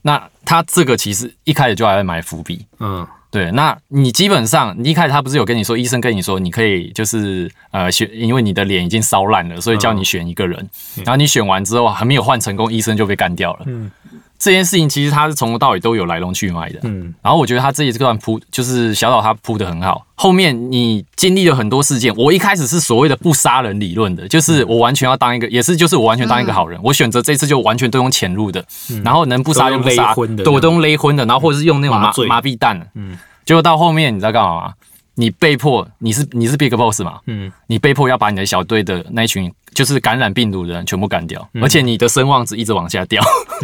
C: 那他这个其实一开始就还在埋伏笔。
A: 嗯
C: 对，那你基本上你一开始他不是有跟你说，医生跟你说你可以就是呃选，因为你的脸已经烧烂了，所以叫你选一个人，嗯然后你选完之后还没有换成功，医生就被干掉了。
A: 嗯
C: 这件事情其实他是从头到尾都有来龙去脉的。
A: 嗯
C: 然后我觉得他这一段铺就是小岛他铺的很好，后面你经历了很多事件。我一开始是所谓的不杀人理论的，就是我完全要当一个，也是就是我完全当一个好人，我选择这次就完全都用潜入的，然后能不杀就不
A: 都用勒
C: 杀，
A: 昏的
C: 对嗯我都用勒昏的，然后或者是用那
A: 嗯
C: 种
A: 麻
C: 麻
A: 醉
C: 麻痹弹。
A: 嗯
C: 嗯，结果到后面你知道干嘛吗？你被迫你是你是 Big Boss 嘛，
A: 嗯，
C: 你被迫要把你的小队的那一群就是感染病毒的人全部干掉，
A: 嗯
C: 而且你的声望值一直往下掉。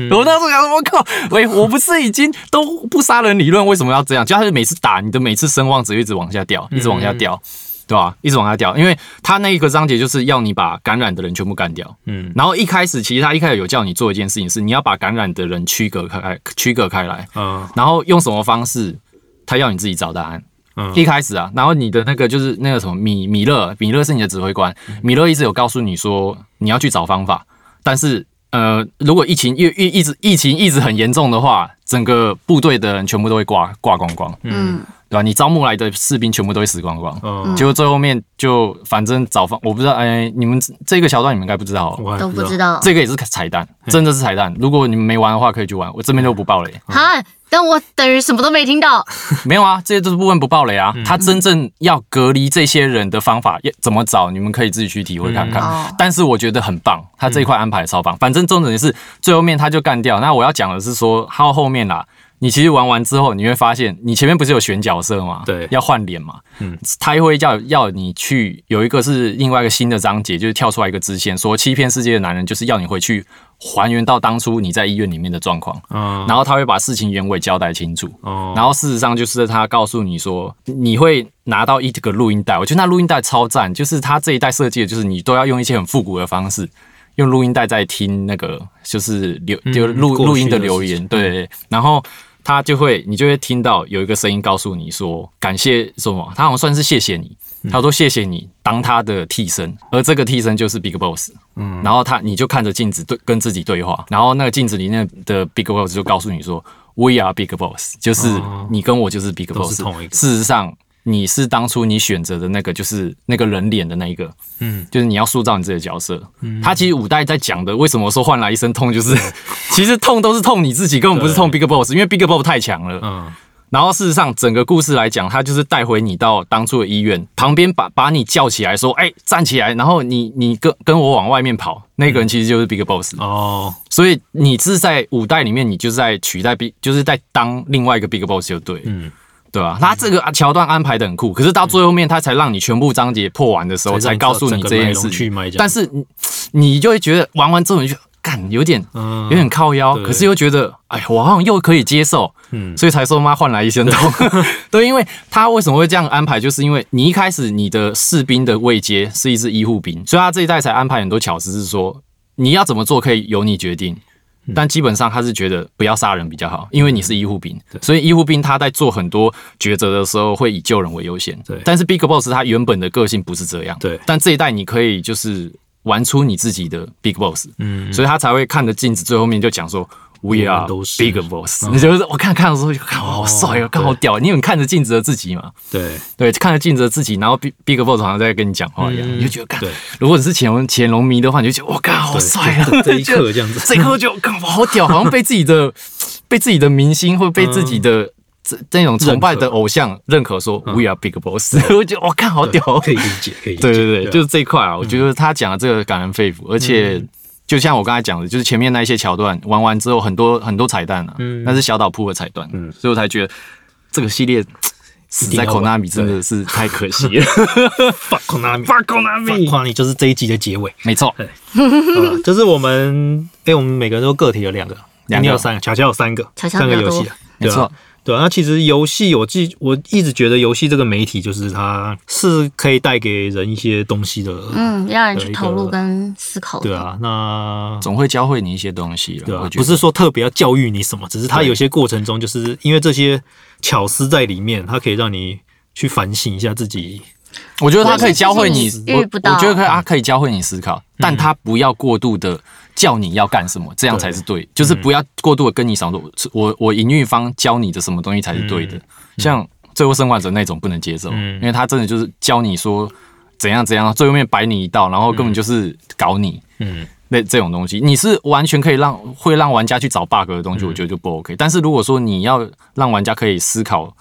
C: 我那时候想说，我靠，喂，我不是已经都不杀人理论，为什么要这样？就他是每次打你的每次声望值一直往下掉，
A: 嗯
C: 一直往下掉，对吧、一直往下掉，因为他那一个章节就是要你把感染的人全部干掉。
A: 嗯
C: 然后一开始其实他一开始有叫你做一件事情，是你要把感染的人区隔开来，区隔开来，
A: 啊
C: 然后用什么方式，他要你自己找答案。
A: 嗯
C: 一开始啊，然后你的那个就是那个什么米米勒，米勒是你的指挥官，米勒一直有告诉你说你要去找方法，但是呃，如果疫情一一一直疫情一直很严重的话，整个部队的人全部都会挂挂光光，
B: 嗯，
C: 对吧？你招募来的士兵全部都会死光光。
A: 哦，
C: 结果最后面就反正找方，我不知道，哎，你们这这个桥段你们应该不知道哦、
A: 我还
B: 都不知
A: 哎道，
B: 道。
C: 这个也是彩蛋，真的是彩蛋。如果你们没玩的话，可以去玩，我这边就不爆雷。
B: 哈，但我等于什么都没听到。
C: 没有啊，这些都是部分不爆雷啊。他真正要隔离这些人的方法要怎么找，你们可以自己去体会看看。
B: 嗯哦
C: 但是我觉得很棒，他这一块安排得超棒。反正重点是最后面他就干掉。那我要讲的是说，他后面啦，你其实玩完之后，你会发现，你前面不是有选角色嘛？
A: 对
C: 要换脸嘛。
A: 嗯
C: 嗯，他会要要你去有一个是另外一个新的章节，就是跳出来一个支线，说欺骗世界的男人就是要你回去还原到当初你在医院里面的状况，
A: 啊
C: 然后他会把事情原委交代清楚。
A: 哦，
C: 然后事实上就是他告诉你说，你会拿到一个录音带。我觉得那录音带超赞，就是他这一代设计的，就是你都要用一些很复古的方式，用录音带在听那个就是留就录
A: 嗯过去的
C: 录音的留
A: 事嗯
C: 言，对。然后他就会你就会听到有一个声音告诉你说，感谢什么？他好像算是谢谢你。他说：“谢谢你当他的替身，而这个替身就是 Big Boss。嗯，然后他你就看着镜子对跟自己对话，然后那个镜子里面的 Big Boss 就告诉你说：‘We are Big Boss’，就是
A: 哦
C: 你跟我就是 Big
A: 都
C: Boss。
A: 是同一个
C: 事实上，你是当初你选择的那个，就是那个人脸的那一个。
A: 嗯，
C: 就是你要塑造你自己的角色。他其实五代在讲的，为什么说换来一身痛，就是其实痛都是痛你自己，根本不是痛 Big Boss，因为 Big Boss 太强了。
A: 嗯
C: 然后事实上，整个故事来讲，他就是带回你到当初的医院旁边把，把你叫起来说：“哎、站起来！”然后你你跟跟我往外面跑，那个人其实就是 Big Boss。
A: 哦，
C: 所以你是在五代里面，你就是在取代 Big，就是在当另外一个 Big Boss 就对了，
A: 嗯
C: 对吧、他这个啊桥段安排的很酷，可是到最后面他才让你全部章节破完的时候，才告诉你这件事
A: 去
C: 情。
A: 买，
C: 但是你你就会觉得玩完之后你就干有点
A: 嗯
C: 有点靠腰，
A: 对
C: 可是又觉得哎，我好像又可以接受，
A: 嗯
C: 所以才说妈换来一身痛。 对，因为他为什么会这样安排，就是因为你一开始你的士兵的位阶是一支医护兵，所以他这一代才安排很多巧思，是说你要怎么做可以由你决定，
A: 嗯
C: 但基本上他是觉得不要杀人比较好，因为你是医护兵，所以医护兵他在做很多抉择的时候会以救人为优先。
A: 对
C: 但是 Big Boss 他原本的个性不是这样。
A: 对
C: 但这一代你可以就是玩出你自己的 Big Boss，
A: 嗯，
C: 所以他才会看着镜子最后面就讲说。We
A: 们
C: are
A: 都是嗯
C: big boss，、你就是我看看的时候就看好帅哦，看好屌，因为你看着镜子的自己嘛，
A: 对，
C: 对，看着镜子的自己，然后 Big Big Boss 好像在跟你讲话一样，
A: 嗯
C: 你就觉得干
A: 对。
C: 如果你是潜龙潜龙迷的话，你就觉得我干好
A: 对
C: 帅啊！
A: 就这一
C: 就
A: 刻这样子
C: 这一刻就干我好屌，好像被自 己的被自己的明星或被自己的这那种崇拜
A: 嗯认
C: 的
A: 可嗯
C: 偶像认可，说 We are Big Boss，我 就觉得我干好屌。
A: 可以理解，可以理解。
C: 对对对，就是是这一块啊，我觉
A: 嗯
C: 得他讲的这个感人肺腑，而且就像我刚才讲的，就是前面那一些桥段玩完之后，很多很多彩蛋啊，
A: 嗯
C: 那是小岛铺的彩蛋，所以我才觉得这个系列死
A: 定
C: 在
A: 要玩
C: Konami 真的是太可惜了。
A: fuck Konami，fuck Konami 就是这一集的结 尾，
C: 没错，
A: 好吧就是我们哎、我们每个人都各提了两个，
C: 两个
A: 你有三个，巧巧有三个，
B: 巧巧
A: 三个
B: 比较
A: 游
B: 多
A: 戏啊，
C: 没
A: 对啊
C: 错。
A: 对啊，那其实游戏，我记我一直觉得游戏这个媒体，就是它是可以带给人一些东西的，
B: 嗯，让人
A: 有
B: 去
A: 一
B: 投入
A: 个
B: 跟思考。
A: 对， 啊，那
C: 总会教会你一些东西了。
A: 对
C: 我
A: 啊，
C: 觉
A: 不
C: 得
A: 是说特别要教育你什么，只是它
C: 对
A: 有些过程中，就是因为这些巧思在里面，它可以让你去反省一下自己，
C: 我觉得他可以教会你
B: 有些事，情
C: 我
B: 你遇不到
C: 我觉得可以，他可以教会你思考，但他不要过度的叫你要干什么，这样才是对，就是不要过度的跟你想说，我我营运方教你的什么东西才是对的，像《最后生还者》那种不能接受，
A: 嗯
C: 因为他真的就是教你说怎样怎样，最后面摆你一道，然后根本就是搞你。
A: 嗯，
C: 那这种东西，你是完全可以让会让玩家去找 bug 的东
A: 嗯
C: 西，我觉得就不 OK。但是如果说你要让玩家可以思考，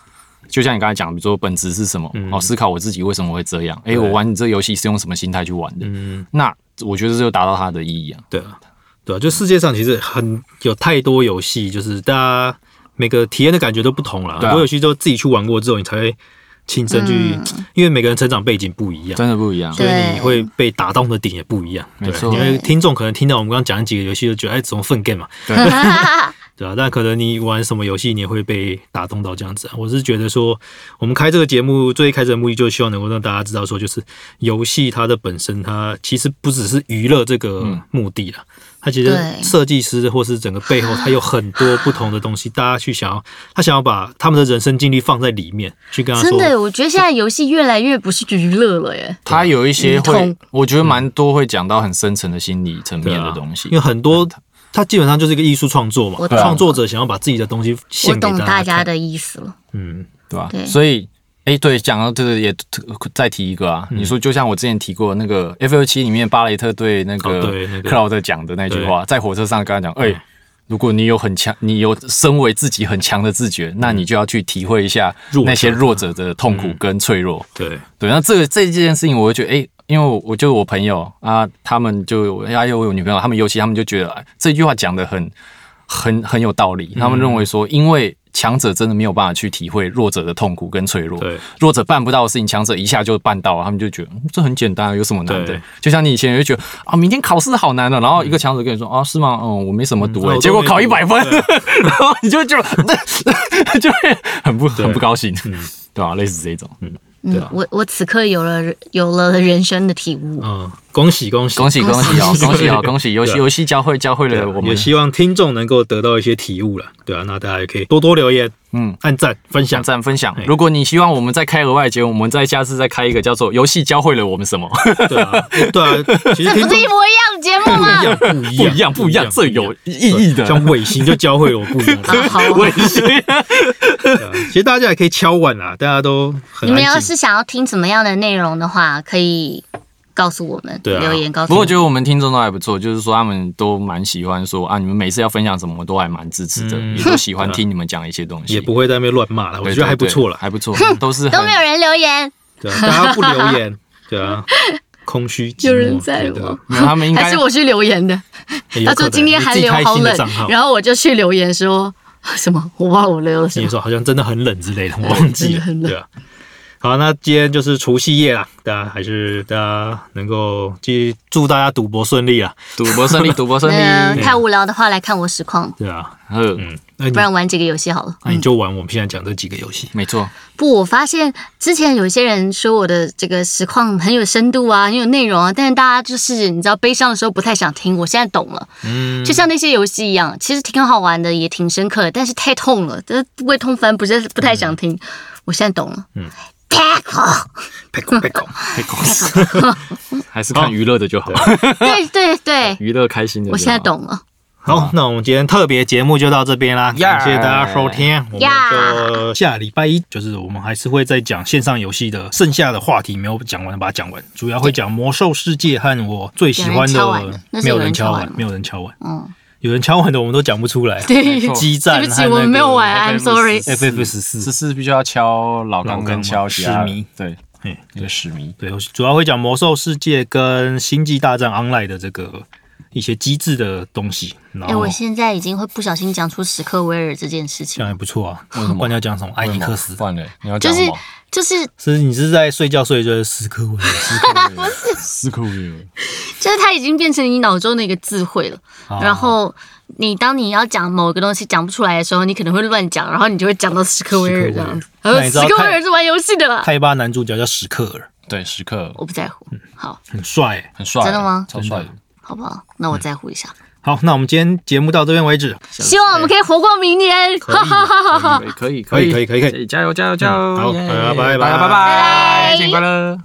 C: 就像你刚才讲，比如说本质是什么，
A: 嗯
C: 哦，思考我自己为什么会这样，诶，我玩你这游戏是用什么心态去玩
A: 嗯
C: 的，那我觉得这就达到它的意义啊。
A: 对啊，对啊，就世界上其实很有太多游戏，就是大家每个体验的感觉都不同了。
C: 对
A: 很
C: 啊
A: 多游戏都自己去玩过之后，你才会亲身去，因为每个人成长背景不一样，
C: 嗯真的不一样，
A: 所以你
B: 对
A: 会被打动的点也不一样。
C: 没错
A: 对因为听众可能听到我们刚刚讲几个游戏，就觉得哎，怎么粪 game 嘛， 对啊，但可能你玩什么游戏，你也会被打动到这样子啊。我是觉得说，我们开这个节目最一开始的目的，就是希望能够让大家知道说，就是游戏它的本身，它其实不只是娱乐这个
C: 嗯
A: 目的啦，它其实
B: 对
A: 设计师或是整个背后，它有很多不同的东 西，大家去想要，他想要把他们的人生经历放在里面，去跟他
B: 真
A: 说，
B: 的，我觉得现在游戏越来越不是娱乐了耶。
C: 它有一些会
B: 嗯痛，
C: 我觉得蛮多会讲到很深层的心理层
A: 对
C: 面
A: 啊
C: 的东西嗯
A: 因为。很多。它基本上就是一个艺术创作嘛
B: 我，懂
A: 创作者想要把自己的东西
B: 啊我
A: 献给
B: 懂
A: 大
B: 大
A: 家
B: 家
A: 看，
B: 的意思了。
A: 嗯，
C: 对吧、
B: 对
C: 所以，哎、对，讲到这个也再提一个啊，
A: 嗯
C: 你说就像我之前提过那个 F 六七里面巴雷特对那
A: 哦
C: 个
A: 对那个
C: 克劳德讲的那句话，在火车上跟他讲，哎、如果你有很强，你有身为自己很强的自觉，那你就要去体会一下
A: 嗯弱者
C: 那些弱者的痛苦跟脆弱。
A: 对，
C: 对，那这个这件事情，我会觉得，哎、因为我我就我朋友啊，他们就还有我有女朋友，他们尤其他们就觉得哎这句话讲的很很很有道理。他们
A: 嗯
C: 认为说，因为强者真的没有办法去体会弱者的痛苦跟脆弱，
A: 对，
C: 弱者办不到的事情，强者一下就办到了，他们就觉得、嗯这很简单，有什么难的
A: 对？
C: 就像你以前也会觉得啊，明天考试好难了，然后一个强者跟你说啊，是吗？嗯，我没什么读、
A: 嗯
C: 欸，
A: 我都
C: 结果
A: 没
C: 考一
A: 读
C: 百分， 然后你就就就会很不很不高兴，
A: 嗯
C: 对吧、啊类似这种，
B: 嗯，我我此刻有了有了人生的体悟。
A: 嗯，恭喜恭喜
C: 恭喜恭喜哦，恭喜哦，恭喜！游戏
A: 对啊
C: 游戏教会教会
A: 对啊
C: 了我
A: 也
C: 们
A: 希望听众能够得到一些体悟了，对啊，那大家也可以多多留言、
C: 嗯。
A: 按赞、分享
C: 点。赞分享。如果你希望我们再开额外节目，我们再下次再开一个叫做“游戏教会了我们什么
A: 对 啊，对啊，其实
B: 不
A: 听众
B: 是一模一样的节目吗？
A: 不一样，不”，一样，
C: 不一 样不一样，这有意义的。
A: 像尾行就教会我不一样。
B: 啊，好啊，
C: 我也是
A: 对啊其实大家也可以敲碗啦，大家都很
B: 你们要
A: 安静。
B: 是想要听怎么样的内容的话，可以告诉我们，
A: 对啊
B: 留言告诉
C: 不过
B: 我
C: 我觉
B: 们。
C: 得我们听众都还不错，就是说他们都蛮喜欢说啊，你们每次要分享什么，我都还蛮支持的，
A: 嗯
C: 也都喜欢
A: 对啊
C: 听你们讲一些东西。
A: 也不会在那边乱骂了，我
C: 对，
A: 觉得还不
C: 对对
A: 错了。
C: 还不错，都是
B: 都
C: 很
B: 没有人留言，
A: 对啊，大家不留言，对 啊，空虚寂寞。
B: 有人在
A: 对
B: 吗
A: 的，？
C: 没有他们应
B: 还
C: 该
B: 是我去留言的？
A: 也有
B: 他
A: 可能
B: 说今天
A: 你
B: 寒
A: 自己
B: 流
A: 开
B: 好
A: 新的
B: 冷
A: 账号，
B: 然后我就去留言说什么，我忘了我留了什
A: 你
B: 么。
A: 说好像真的很冷之类的，我忘记了
B: 嗯真的很，冷
A: 对啊。好，那今天就是除夕夜啦，大家还是大家能够继祝大家赌博顺利啊，
C: 赌博胜利，赌博胜
B: 那
C: 利。
B: 太无聊的话，来看我实况。
A: 对啊，
C: 嗯，
A: 嗯，那你
B: 不然玩嗯几个游戏好了。
A: 那你就玩我们现在讲这几个游戏。
C: 没错，
B: 不，我发现之前有些人说我的这个实况很有深度啊，很有内容啊，但是大家就是你知道悲伤的时候不太想听，我现在懂了。嗯，就像那些游戏一样，其实挺好玩的，也挺深刻的，但是太痛了，这胃痛翻，不是不太想听。我现在懂了。嗯。
A: p i c k p i
B: Tackle，嗯
A: c k
C: 太搞笑了还是看娱乐的就好，
B: 对对对，
C: 娱乐开心的就好。
B: 我现在懂了。
A: 好，那我们今天特别节目就到这边啦，
C: Yeah
A: 感谢大家收听，我们
B: Yeah
A: 就下礼拜一，就是我们还是会再讲线上游戏的剩下的话题，没有讲完的把它讲完，主要会讲魔兽世界和我最喜欢
B: 有人敲完
A: 的
B: 了，那是
A: 没有
B: 有
A: 人
B: 人
A: 敲
B: 敲
A: 完
B: 完，
A: 没有人敲完，
B: 嗯，
A: 有人敲完的我们都讲不出来，啊
B: 对，
C: 没错
A: 激战
B: 对不起，我们没 有玩，I'm sorry。
A: FF 十四，
C: 这是必须要敲老
A: 老
C: 钢
A: 钢
C: 跟
A: 嘛
C: 敲其他
A: 十迷，
C: 对，
A: 嘿
C: 那个史迷。
A: 对，我主要会讲魔兽世界跟星际大战 Online 的这个一些机制的东西，然
B: 哎、
A: 后
B: 我现在已经会不小心讲出史克威尔这件事
A: 这
B: 情，
A: 样还不错啊，
C: 什么
A: 不然你要讲什么艾尼克斯。
C: 换了，你要
B: 就
C: 讲
B: 是
C: 什么？
B: 就是
A: 是你是在睡觉睡就是时刻问 我是
C: 斯科维
B: 就是它已经变成你脑中的一个智慧了。然后你当你要讲某个东西讲不出来的时候，你可能会乱讲，然后你就会讲到史克威尔这样子。
A: 史克威尔那你知
B: 呃，史
A: 道
B: 克威
A: 泰
B: 尔是玩游戏的啦，
A: 泰巴男主角叫史克尔，
C: 对，时刻
B: 我不在乎。好，
A: 很帅欸。
C: 很帅，
B: 真的吗
C: 超帅的，
B: 好不好？那我在乎一下。
A: 好，那我们今天节目到这边为止，
B: 希望我们可以活过明年。哈哈哈哈哈。
C: 可以，
A: 可以可以可以可以
C: 加油加油加油！
A: 好
C: 耶
A: 大家拜拜
C: 大家拜
B: 拜
C: 拜，新年快乐！